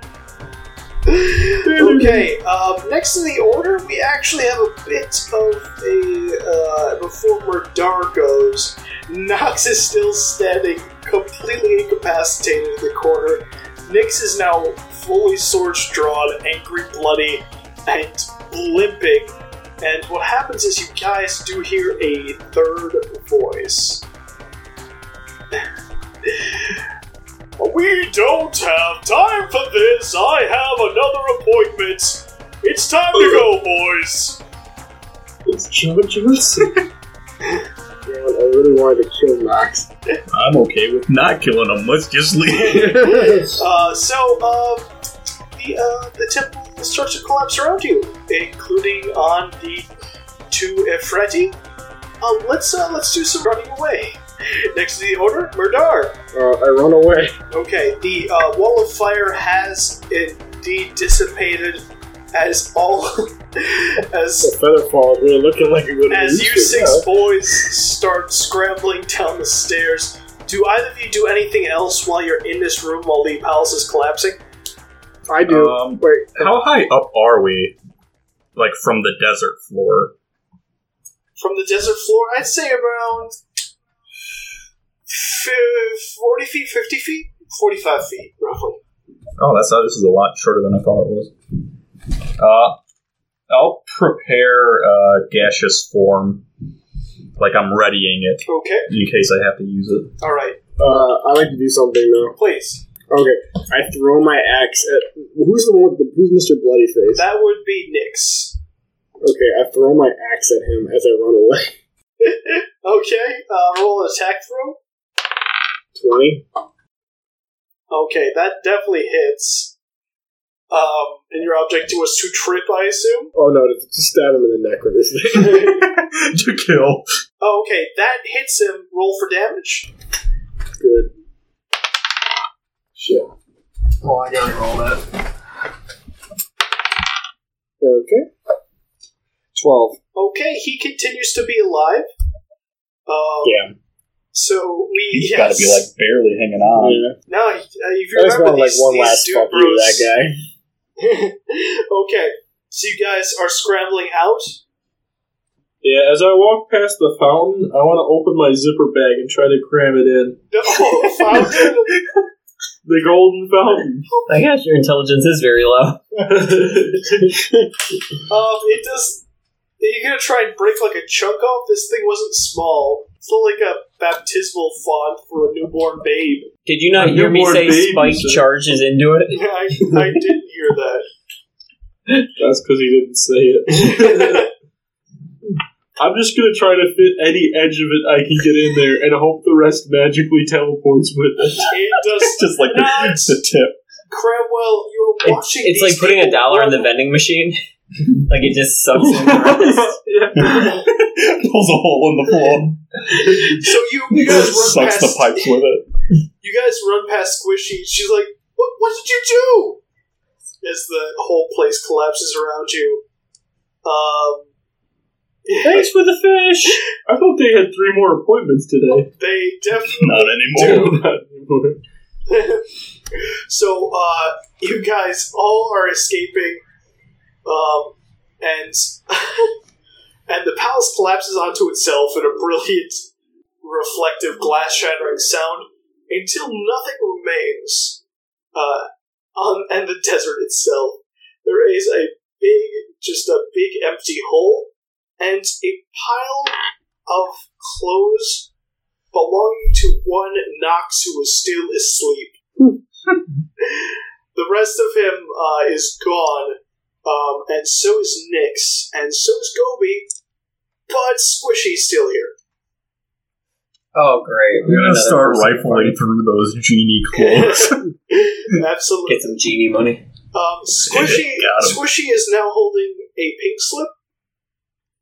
okay. Um, next in the order, we actually have a bit of a uh, before Murdar goes. Nox is still standing, completely incapacitated in the corner. Nix is now fully swords drawn, angry, bloody, and limping. And what happens is you guys do hear a third voice. We don't have time for this. I have another appointment. It's time to go, boys. It's John Johnson. Damn it, I really wanted to kill Max. I'm okay with not killing him. Let's just leave. Uh, so, uh, the uh, the temple starts to collapse around you, including on the two Efreti. Uh, let's uh, let's do some running away. Next to the order, Murdar. Uh, I run away. Okay, the uh, wall of fire has indeed dissipated, as all as The feather falls. We're looking like a good As you six boys start scrambling down the stairs, do either of you do anything else while you're in this room while the palace is collapsing? I do. Um, Wait, How high up are we? Like from the desert floor? From the desert floor, I'd say around f- 40 feet, 50 feet, 45 feet, roughly. Oh, that's how this is a lot shorter than I thought it was. Uh, I'll prepare uh, gaseous form, like I'm readying it Okay, in case I have to use it. alright, uh, I like to do something though. please. Okay, I throw my axe at who's the one with the who's Mr. Bloody Face? That would be Nyx. Okay, I throw my axe at him as I run away. Okay, uh, roll an attack throw. Twenty. Okay, that definitely hits. Um, and your objective was to trip, I assume? Oh no, to to stab him in the neck with this thing. to kill. Oh, okay, that hits him. Roll for damage. Good. Shit. Oh, I gotta roll that. Okay. 12. Okay, he continues to be alive. Um, Yeah. So we. He's yes. got to be like barely hanging on. No, uh, if you I just remember want like these, one these last dude fuck you to bros- that guy. okay, so you guys are scrambling out. Yeah, as I walk past the fountain, I want to open my zipper bag and try to cram it in. No, fountain. The golden fountain. I guess your intelligence is very low. Um, it does. You're gonna try and break like a chunk off. This thing wasn't small. It's not like a baptismal font for a newborn babe. Did you not A hear me newborn say baby, Spike sir. charges into it? I, I did hear that. That's because he didn't say it. I'm just gonna try to fit any edge of it I can get in there, and hope the rest magically teleports with it. It does Just like the, not. the tip. Cramwell, you're It's, watching. it's these like putting a people dollar in run the vending machine. like it just sucks in the rest. Pulls a hole in the floor. So you, you guys run Sucks the past. pipes with it. You guys run past Squishy. She's like, "What? What did you do?" As the whole place collapses around you. Um. Thanks for the fish. I thought they had three more appointments today. They definitely Not anymore. so uh, you guys all are escaping, um, and and the palace collapses onto itself in a brilliant, reflective, glass shattering sound until nothing remains. Uh, on and the desert itself, there is a big, just a big empty hole, and a pile of clothes belonging to one Knox who was still asleep. the rest of him uh, is gone, um, and so is Nix, and so is Gobi, but Squishy's still here. Oh, great. I'm gonna Another start person. rifling through those genie cloaks. Absolutely. Get some genie money. Um, Squishy, Got 'em. Squishy is now holding a pink slip,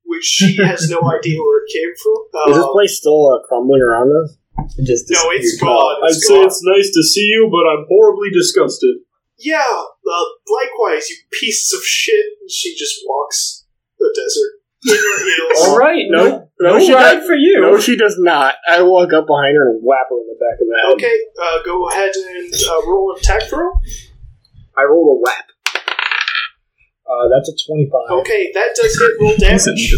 which she has no idea where it came from. Um, Is this place still uh, crumbling around us? It just no, it's disappeared. gone. I'd It's say gone. it's nice to see you, but I'm horribly disgusted. Yeah, uh, likewise, you pieces of shit. And she just walks the desert in her heels. All right. No, no, No she ride does. for you. No, she does not. I walk up behind her and whap her in the back of the head. Okay, uh, go ahead and uh, roll an attack throw. I roll a whap. Uh, that's a twenty-five. Okay, that does hit roll damage.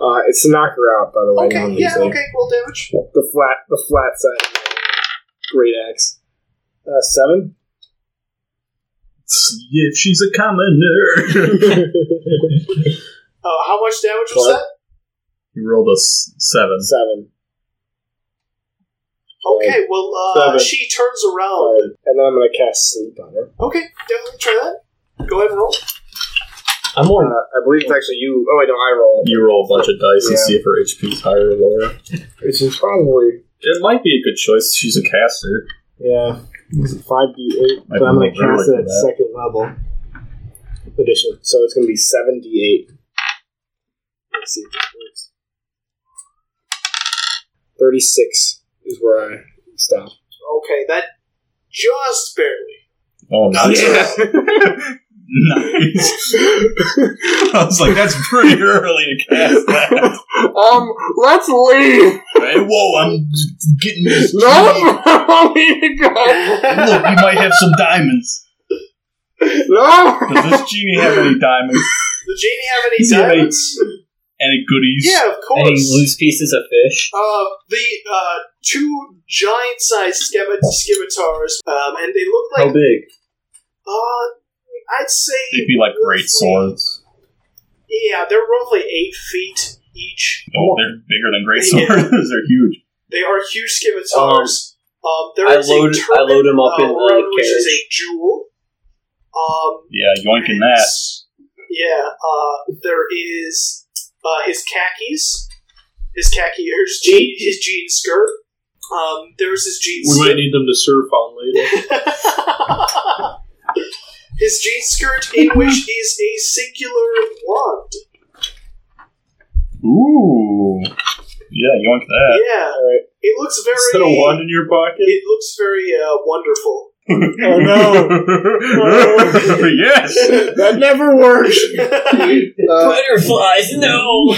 Uh, it's a knocker out, by the way. Okay, not yeah, easy. okay, roll damage. The flat, the flat side. of the Great axe. Uh, seven. See if she's a commoner. Uh, how much damage was that? he rolled a s- seven. Seven. Okay, well, uh, Seven. she turns around. Um, and then I'm gonna cast sleep on her. Okay, definitely try that. Go ahead and roll. I'm Uh, more. I believe it's actually you. Oh wait, no, I roll. You roll a bunch of dice and Yeah. see if her HP is higher or lower. Which is probably It might be a good choice. She's a caster. yeah, five d eight. I But I'm gonna don't know cast it really at for that. second level. Addition. So it's gonna be seven d eight. Let's see if this works. Thirty six is where I stop. Okay, that just barely. Oh, nice. nice. I was like, that's pretty early to cast that. Um, let's leave. Hey, whoa, I'm getting this. Uh, genie. No, we need to go. Look, you might have some diamonds. No. Does this genie have any diamonds? The genie have any Does he have any- diamonds? Any goodies? Yeah, of Any course. loose pieces of fish? Uh, the uh, two giant-sized scimi- scimitars, um, and they look like How big? uh, I'd say They'd be like great swords. Yeah, they're roughly eight feet each. Oh, they're bigger than great Yeah. swords. they're huge. They are huge scimitars. Um, there Oh. I is load- I a turban, load 'em up uh, in the around which is carriage. a jewel. Um, Yeah, yoinking that. Yeah. Uh, there is uh, his khakis. His khaki, his jean, his jean skirt. Um, there's his jeans. We might need them to surf on later. his jean skirt in which is a singular wand. Ooh. Yeah, you want that. yeah, it looks very. Uh, Is that a wand in your pocket? It looks very uh, wonderful. Oh no! yes! That never works. Uh, Butterflies, no!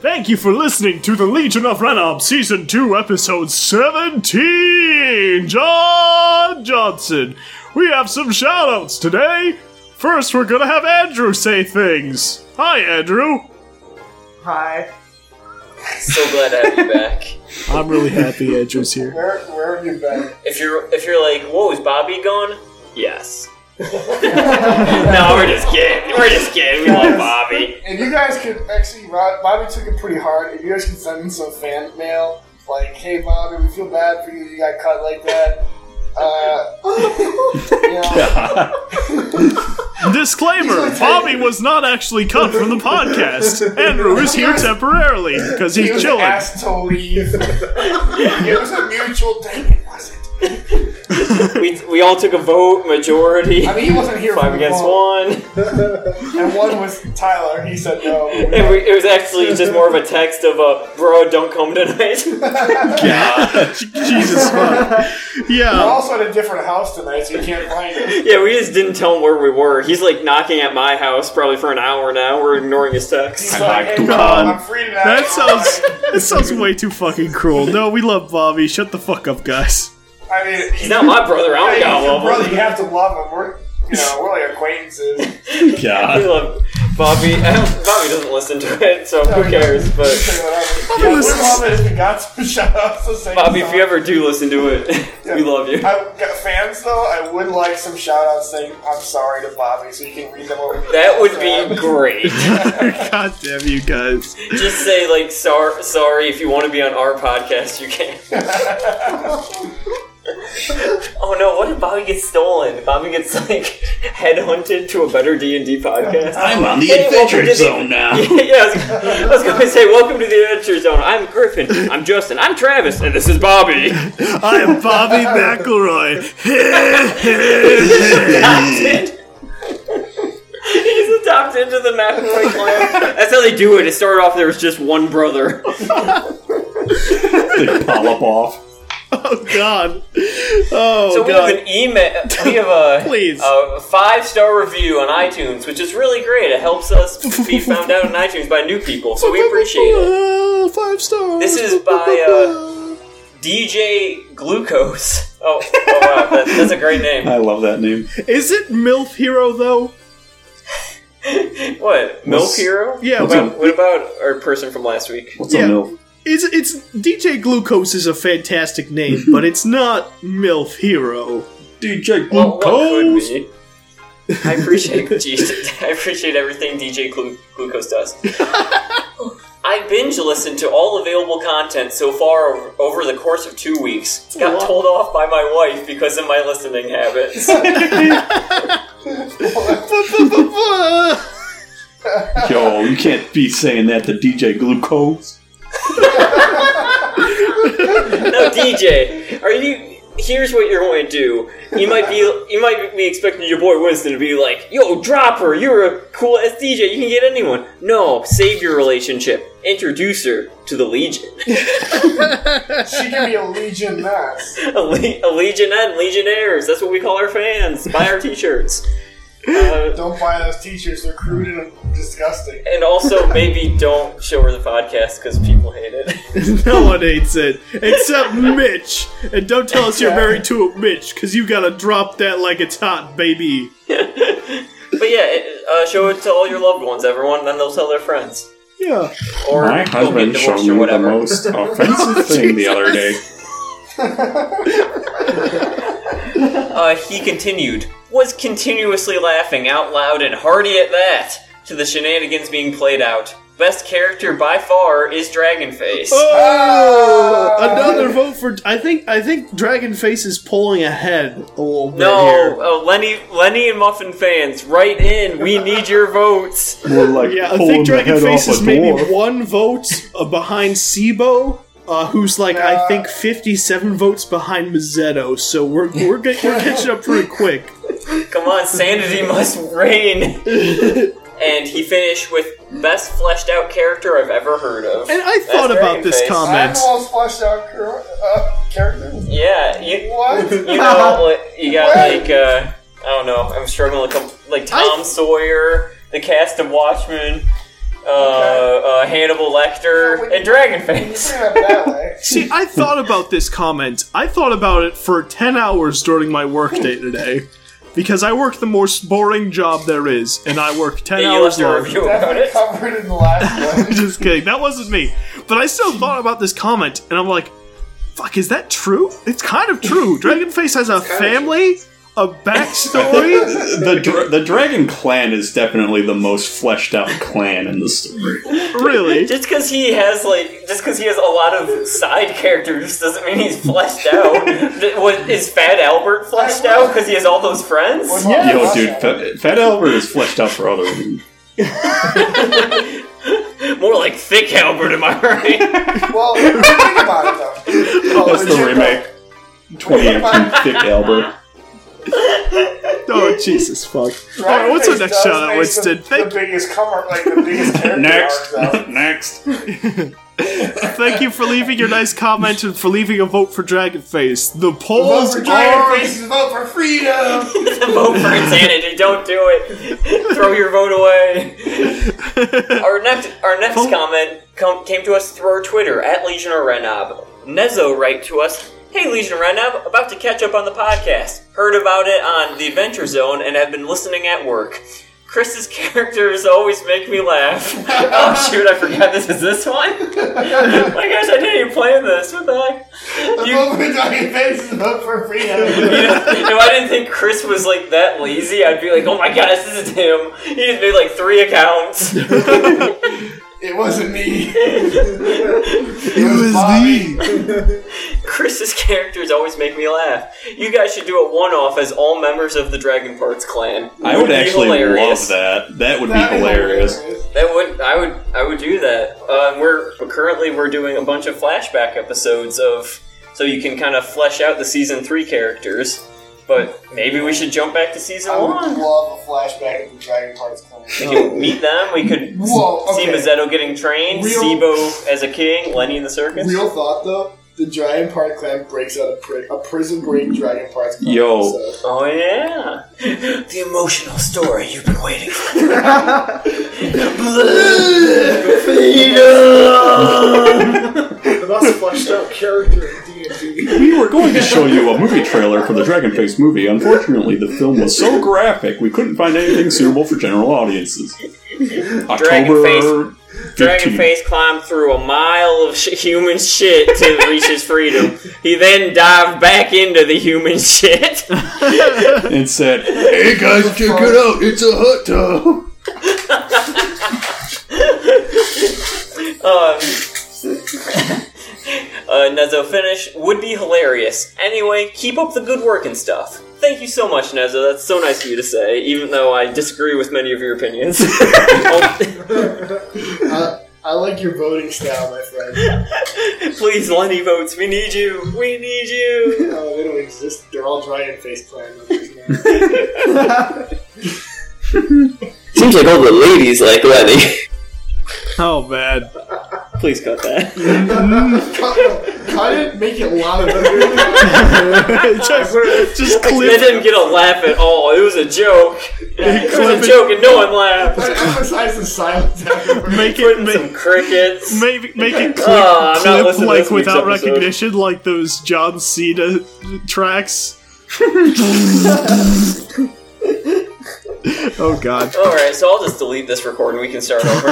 Thank you for listening to the Legion of Renob Season 2, Episode 17! John Johnson! We have some shoutouts today! First, we're gonna have Andrew say things! Hi, Andrew! Hi. so glad to have you back. I'm really happy Andrew's here. Where, where have you been? If you're if you're like, whoa, is Bobby gone? Yes. no, we're just kidding. We're just kidding. We love Bobby. And you guys could actually, Rob, Bobby took it pretty hard. If you guys could send him some fan mail, like, "Hey, Bobby, we feel bad for you. You got cut like that." Uh, you know, Disclaimer Bobby was not actually cut from the podcast. Andrew is here temporarily because he he's was chilling. asked to leave. it was a mutual thing. It wasn't. We, we all took a vote, majority. I mean, he wasn't here. for Five the against vote. one. And one was Tyler. He said no. It, wa- it was actually just more of a text of a bro, don't come tonight. Jesus fuck. We're Yeah. also at a different house tonight, so you can't find us. yeah, we just didn't tell him where we were. He's like knocking at my house probably for an hour now. We're ignoring his He's text. like, hey, bro, God. I'm free tonight. That sounds that sounds way too fucking cruel. No, we love Bobby. Shut the fuck up, guys. I mean, He's not my brother. I don't Hey, got your love. him. brother, you have to love him. We're, you know, we're like acquaintances. We love Bobby. Bobby doesn't listen to it, so who cares? But Whatever. Yeah, we're loving it. We got some shout outs to say. Bobby, if you ever do listen to it, we love you. I, got fans, though, I would like some shout outs saying I'm sorry to Bobby so you can read them over the That would be great. God damn you guys. Just say like sor- sorry if you want to be on our podcast, you can. oh no! What if Bobby gets stolen? Bobby gets like headhunted to a better D and D podcast. I'm on the Hey, welcome adventure to the- zone now. yeah, I was, I was going to say, welcome to the Adventure Zone. I'm Griffin. I'm Justin. I'm Travis, and this is Bobby. I am Bobby McElroy. adopted. He's adopted into the McElroy clan. That's how they do it. It started off there was just one brother. They polyp off. oh god. Oh so we god. have an email. We have a Please. a five star review on iTunes, which is really great. It helps us be found out on iTunes by new people, so we appreciate it. Uh, five stars. This is by uh, DJ Glucose. Oh, oh wow, that, that's a great name. I love that name. Is it MILF Hero though? What Milk What's- Hero? Yeah, What about, what about our person from last week? What's a Yeah. milf? It's it's DJ Glucose is a fantastic name, but it's not MILF Hero. DJ Well, Oh, what could be? I appreciate Jesus. I appreciate everything DJ Glu- Glucose does. I binge listened to all available content so far over, over the course of two weeks. Got told off by my wife because of my listening habits. Yo, you can't be saying that to DJ Glucose. no, DJ, are you? Here's what you're going to do. You might be, you might be expecting your boy Winston to be like, "Yo, dropper, you're a cool ass DJ. You can get anyone." No, save your relationship. Introduce her to the Legion. She can be a Legion Mass. a, le- a legionette, legionnaires. That's what we call our fans. Buy our t-shirts. Uh, Don't buy those teachers. They're crude and disgusting. and also, maybe don't show her the podcast because people hate it. No one hates it except Mitch. And don't tell us you're married to a Mitch, cause you gotta drop that like it's hot, baby. but yeah, it, uh, show it to all your loved ones, everyone. Then they'll tell their friends. Yeah. Or My go get husband showed divorced me or the whatever. most offensive thing the other day. Uh, he continued, was continuously laughing out loud and hearty at that to the shenanigans being played out. Best character by far is Dragonface. Oh, another vote for. I think I think Dragonface is pulling ahead a little bit No, here. uh, Lenny, Lenny and Muffin fans, write in. We need your votes. More like Yeah, I think pulling the head Dragonface off is a maybe dwarf. one vote uh, behind Sibo, uh, who's like I think fifty-seven votes behind Mazzetto. So we're we're, get, we're catching up pretty quick. Come on, sanity must reign. and he finished with best fleshed out character I've ever heard of. And I That's thought about this Dragonface. comment. I'm all fleshed out car- uh, character. Yeah, you, What? you know, like, you got like uh, I don't know. I'm struggling with com- like Tom Sawyer, the cast of Watchmen, uh, uh, Hannibal Lecter, and Dragonface. See, I thought about this comment. I thought about it for 10 hours during my workday today because I work the most boring job there is, and I work 10 Yeah, you hours left a long. review about it. Covered in the last Just kidding. That wasn't me. But I still thought about this comment, and I'm like, fuck, is that true? It's kind of true. Dragonface has a family, a backstory. the dra- the dragon clan is definitely the most fleshed out clan in the story. Really? just because he has like, just because he has a lot of side characters doesn't mean he's fleshed out. Th- what, is Fat Albert fleshed out because he has all those friends? Yo, dude, Fat, Fat Albert is fleshed out for other reasons. More like Thick Albert, am I right? well, think about it That's the remake. 2018 Thick Albert. oh, Jesus, fuck. All right, what's our next shout out, Winston? The, the biggest cover, like the biggest character. Next. arcs out. Next. Thank you for leaving your nice comment and for leaving a vote for Dragonface. The Vote polls for are Dragonface is vote for freedom. vote for insanity. Don't do it. Throw your vote away. our next, our next comment com- came to us through our Twitter at Legion of Renob. Nezo write to us. Hey Legion of Renob, about to catch up on the podcast. Heard about it on the Adventure Zone and have been listening at work. Chris's characters always make me laugh. oh shoot, I forgot this is this one. My gosh, I didn't even plan this. What the heck? You- Vote for Dragonface is vote for freedom. if I didn't think Chris was like that lazy, I'd be like, oh my gosh, this is him. He just made like three accounts. it wasn't me. it was me. Chris's characters always make me laugh. You guys should do a one-off as all members of the Dragon Parts clan. I would be actually love hilarious. that. That would That'd be be hilarious. That would I would I would do that. Uh, we're but currently we're doing a bunch of flashback episodes of so you can kind of flesh out the season three characters. But maybe we should jump back to season I one. would love a flashback of the Dragon Parts clan. We could meet them. We could Whoa, see okay. Mazzetto getting trained, Real- Sibo as a king, Lenny in the circus. Real thought though, the Dragon Part clan breaks out a, pri- a prison break Dragon Parts clan. Yo. Oh yeah. The emotional story you've been waiting for. the most fleshed out character in D and D. We were going to show you a movie trailer for the Dragonface movie. Unfortunately, the film was so graphic we couldn't find anything suitable for general audiences. October Dragonface. 15th. Dragonface climbed through a mile of sh- human shit to reach his freedom. He then dived back into the human shit. and said, "Hey guys, check it out! It's a hot tub." um, uh, Nezo finish would be hilarious. Anyway, keep up the good work and stuff. Thank you so much, Nezo. That's so nice of you to say, even though I disagree with many of your opinions. I, I like your voting style, my friend. Please, Lenny votes. We need you. We need you. no, Oh, they don't exist. They're all Dragon Face clan members. now. Seems like all the ladies like Lenny. Oh man! Please cut that. Cut it, make it louder. just, just clip That didn't get a laugh at all. It was a joke. It clip was it. a joke, and no one laughed. Emphasize the silence. Make it some crickets. Make, make it clip, Oh, I'm not clip listening to like this week's without episode. recognition, like those John Cena tracks. oh god. All right, so I'll just delete this recording. We can start over.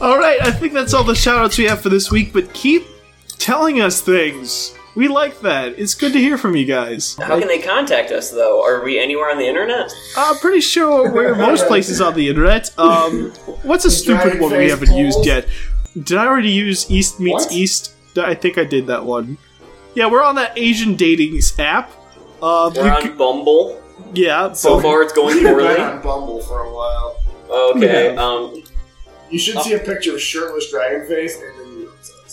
All right, I think that's all the shoutouts we have for this week, but keep telling us things. We like that. It's good to hear from you guys. How can they contact us, though? Are we anywhere on the internet? I'm pretty sure we're most places on the internet. Um, what's a stupid Dragon one we face haven't used polls? yet? Did I already use East Meets What? East? I think I did that one. Yeah, we're on that Asian dating app. Um, We're you on c- Oh, Bumble. yeah. So but- far, it's going We've been poorly. on Bumble for a while. Okay. Yeah. Um, You should see a picture of shirtless dragon face and then you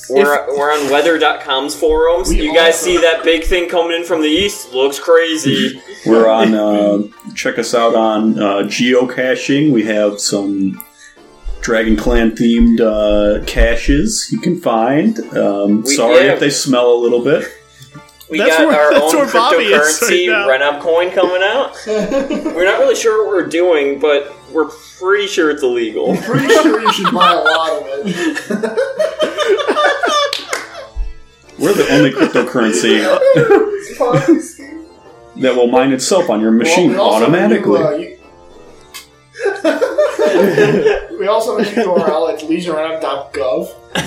we're, we're on weather.com's forums. you guys see that big thing coming in from the east? Looks crazy. We're on. Uh, check us out on uh, geocaching. We have some Dragon Clan themed uh, caches you can find. Um, We- sorry yeah. if they smell a little bit. We That's got where- our that's own where Bobby is cryptocurrency right now. Renob coin coming out. we're not really sure what we're doing, but we're pretty sure it's illegal. pretty sure you should buy a lot of it. We're the only cryptocurrency that will mine itself on your machine Well, we also have a new, automatically. uh, you- we also have a new URL. It's legionrandom.gov. Uh,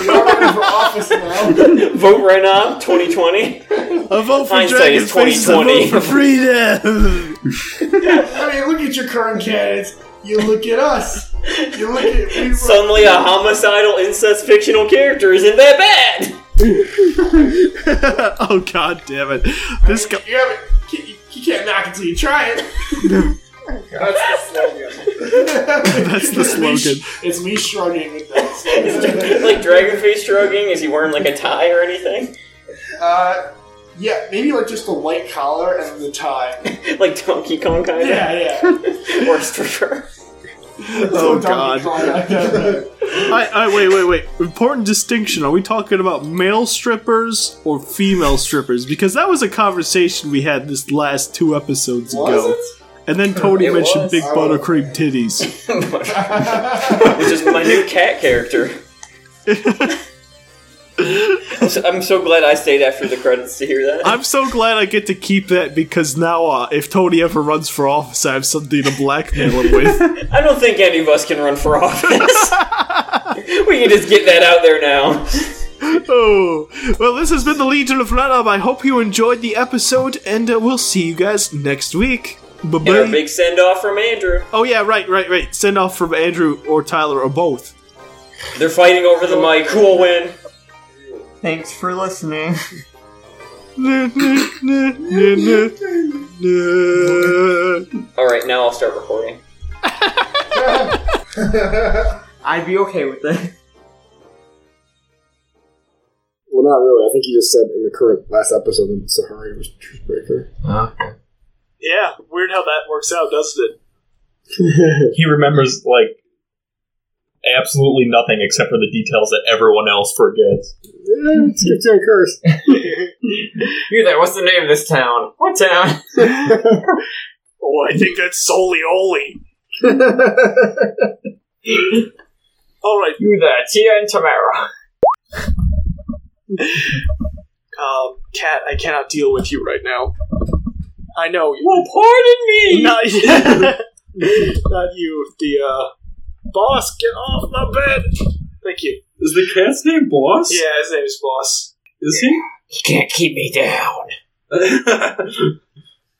we are running for office now. vote Renob 2020. A vote for Hindsight is Dragonface, a 2020. vote for freedom. I mean, look at your current candidates. You look at us. You look at we were- Suddenly, a homicidal, incest fictional character isn't that bad. oh god damn it! This guy. You, haven't, you- you can't knock until you try it. That's the slogan. That's the slogan. It's me shrugging with that slogan. like Dragonface shrugging. Is he wearing like a tie or anything? Uh, yeah, maybe like just the white collar and the tie. like Donkey Kong kind of. Yeah, yeah. or stripper. Oh god. I, I wait, wait, wait. Important distinction. Are we talking about male strippers or female strippers? Because that was a conversation we had this last two episodes Was ago. it? And then Tony It mentioned was. big I buttercream titties. Which is my new cat character. I'm so- I'm so glad I stayed after the credits to hear that. I'm so glad I get to keep that because now, uh, if Tony ever runs for office, I have something to blackmail him with. I don't think any of us can run for office. we can just get that out there now. oh, well, this has been the Legion of Renob. I hope you enjoyed the episode, and uh, we'll see you guys next week. Bye And our bye. big send off from Andrew. Oh yeah, right, right, right. Send off from Andrew or Tyler or both. They're fighting over the mic. Who will win? Thanks for listening. Alright, now I'll start recording. I'd be okay with it. Well, not really. I think he just said in the current last episode that Sahari was Truthbreaker. Yeah, weird how that works out, doesn't it? he remembers like absolutely nothing except for the details that everyone else forgets. It's a curse. You're there. What's the name of this town? What town? Oh, I think that's solely Oli. All right. You there, Tia and Tamara. Um, Cat, I cannot deal with you right now. I know you. Well, pardon me. Not you. Not you. The uh, boss, get off my bed. Thank you. Is the cat's name Boss? Yeah, his name is Boss. Is he? He can't keep me down.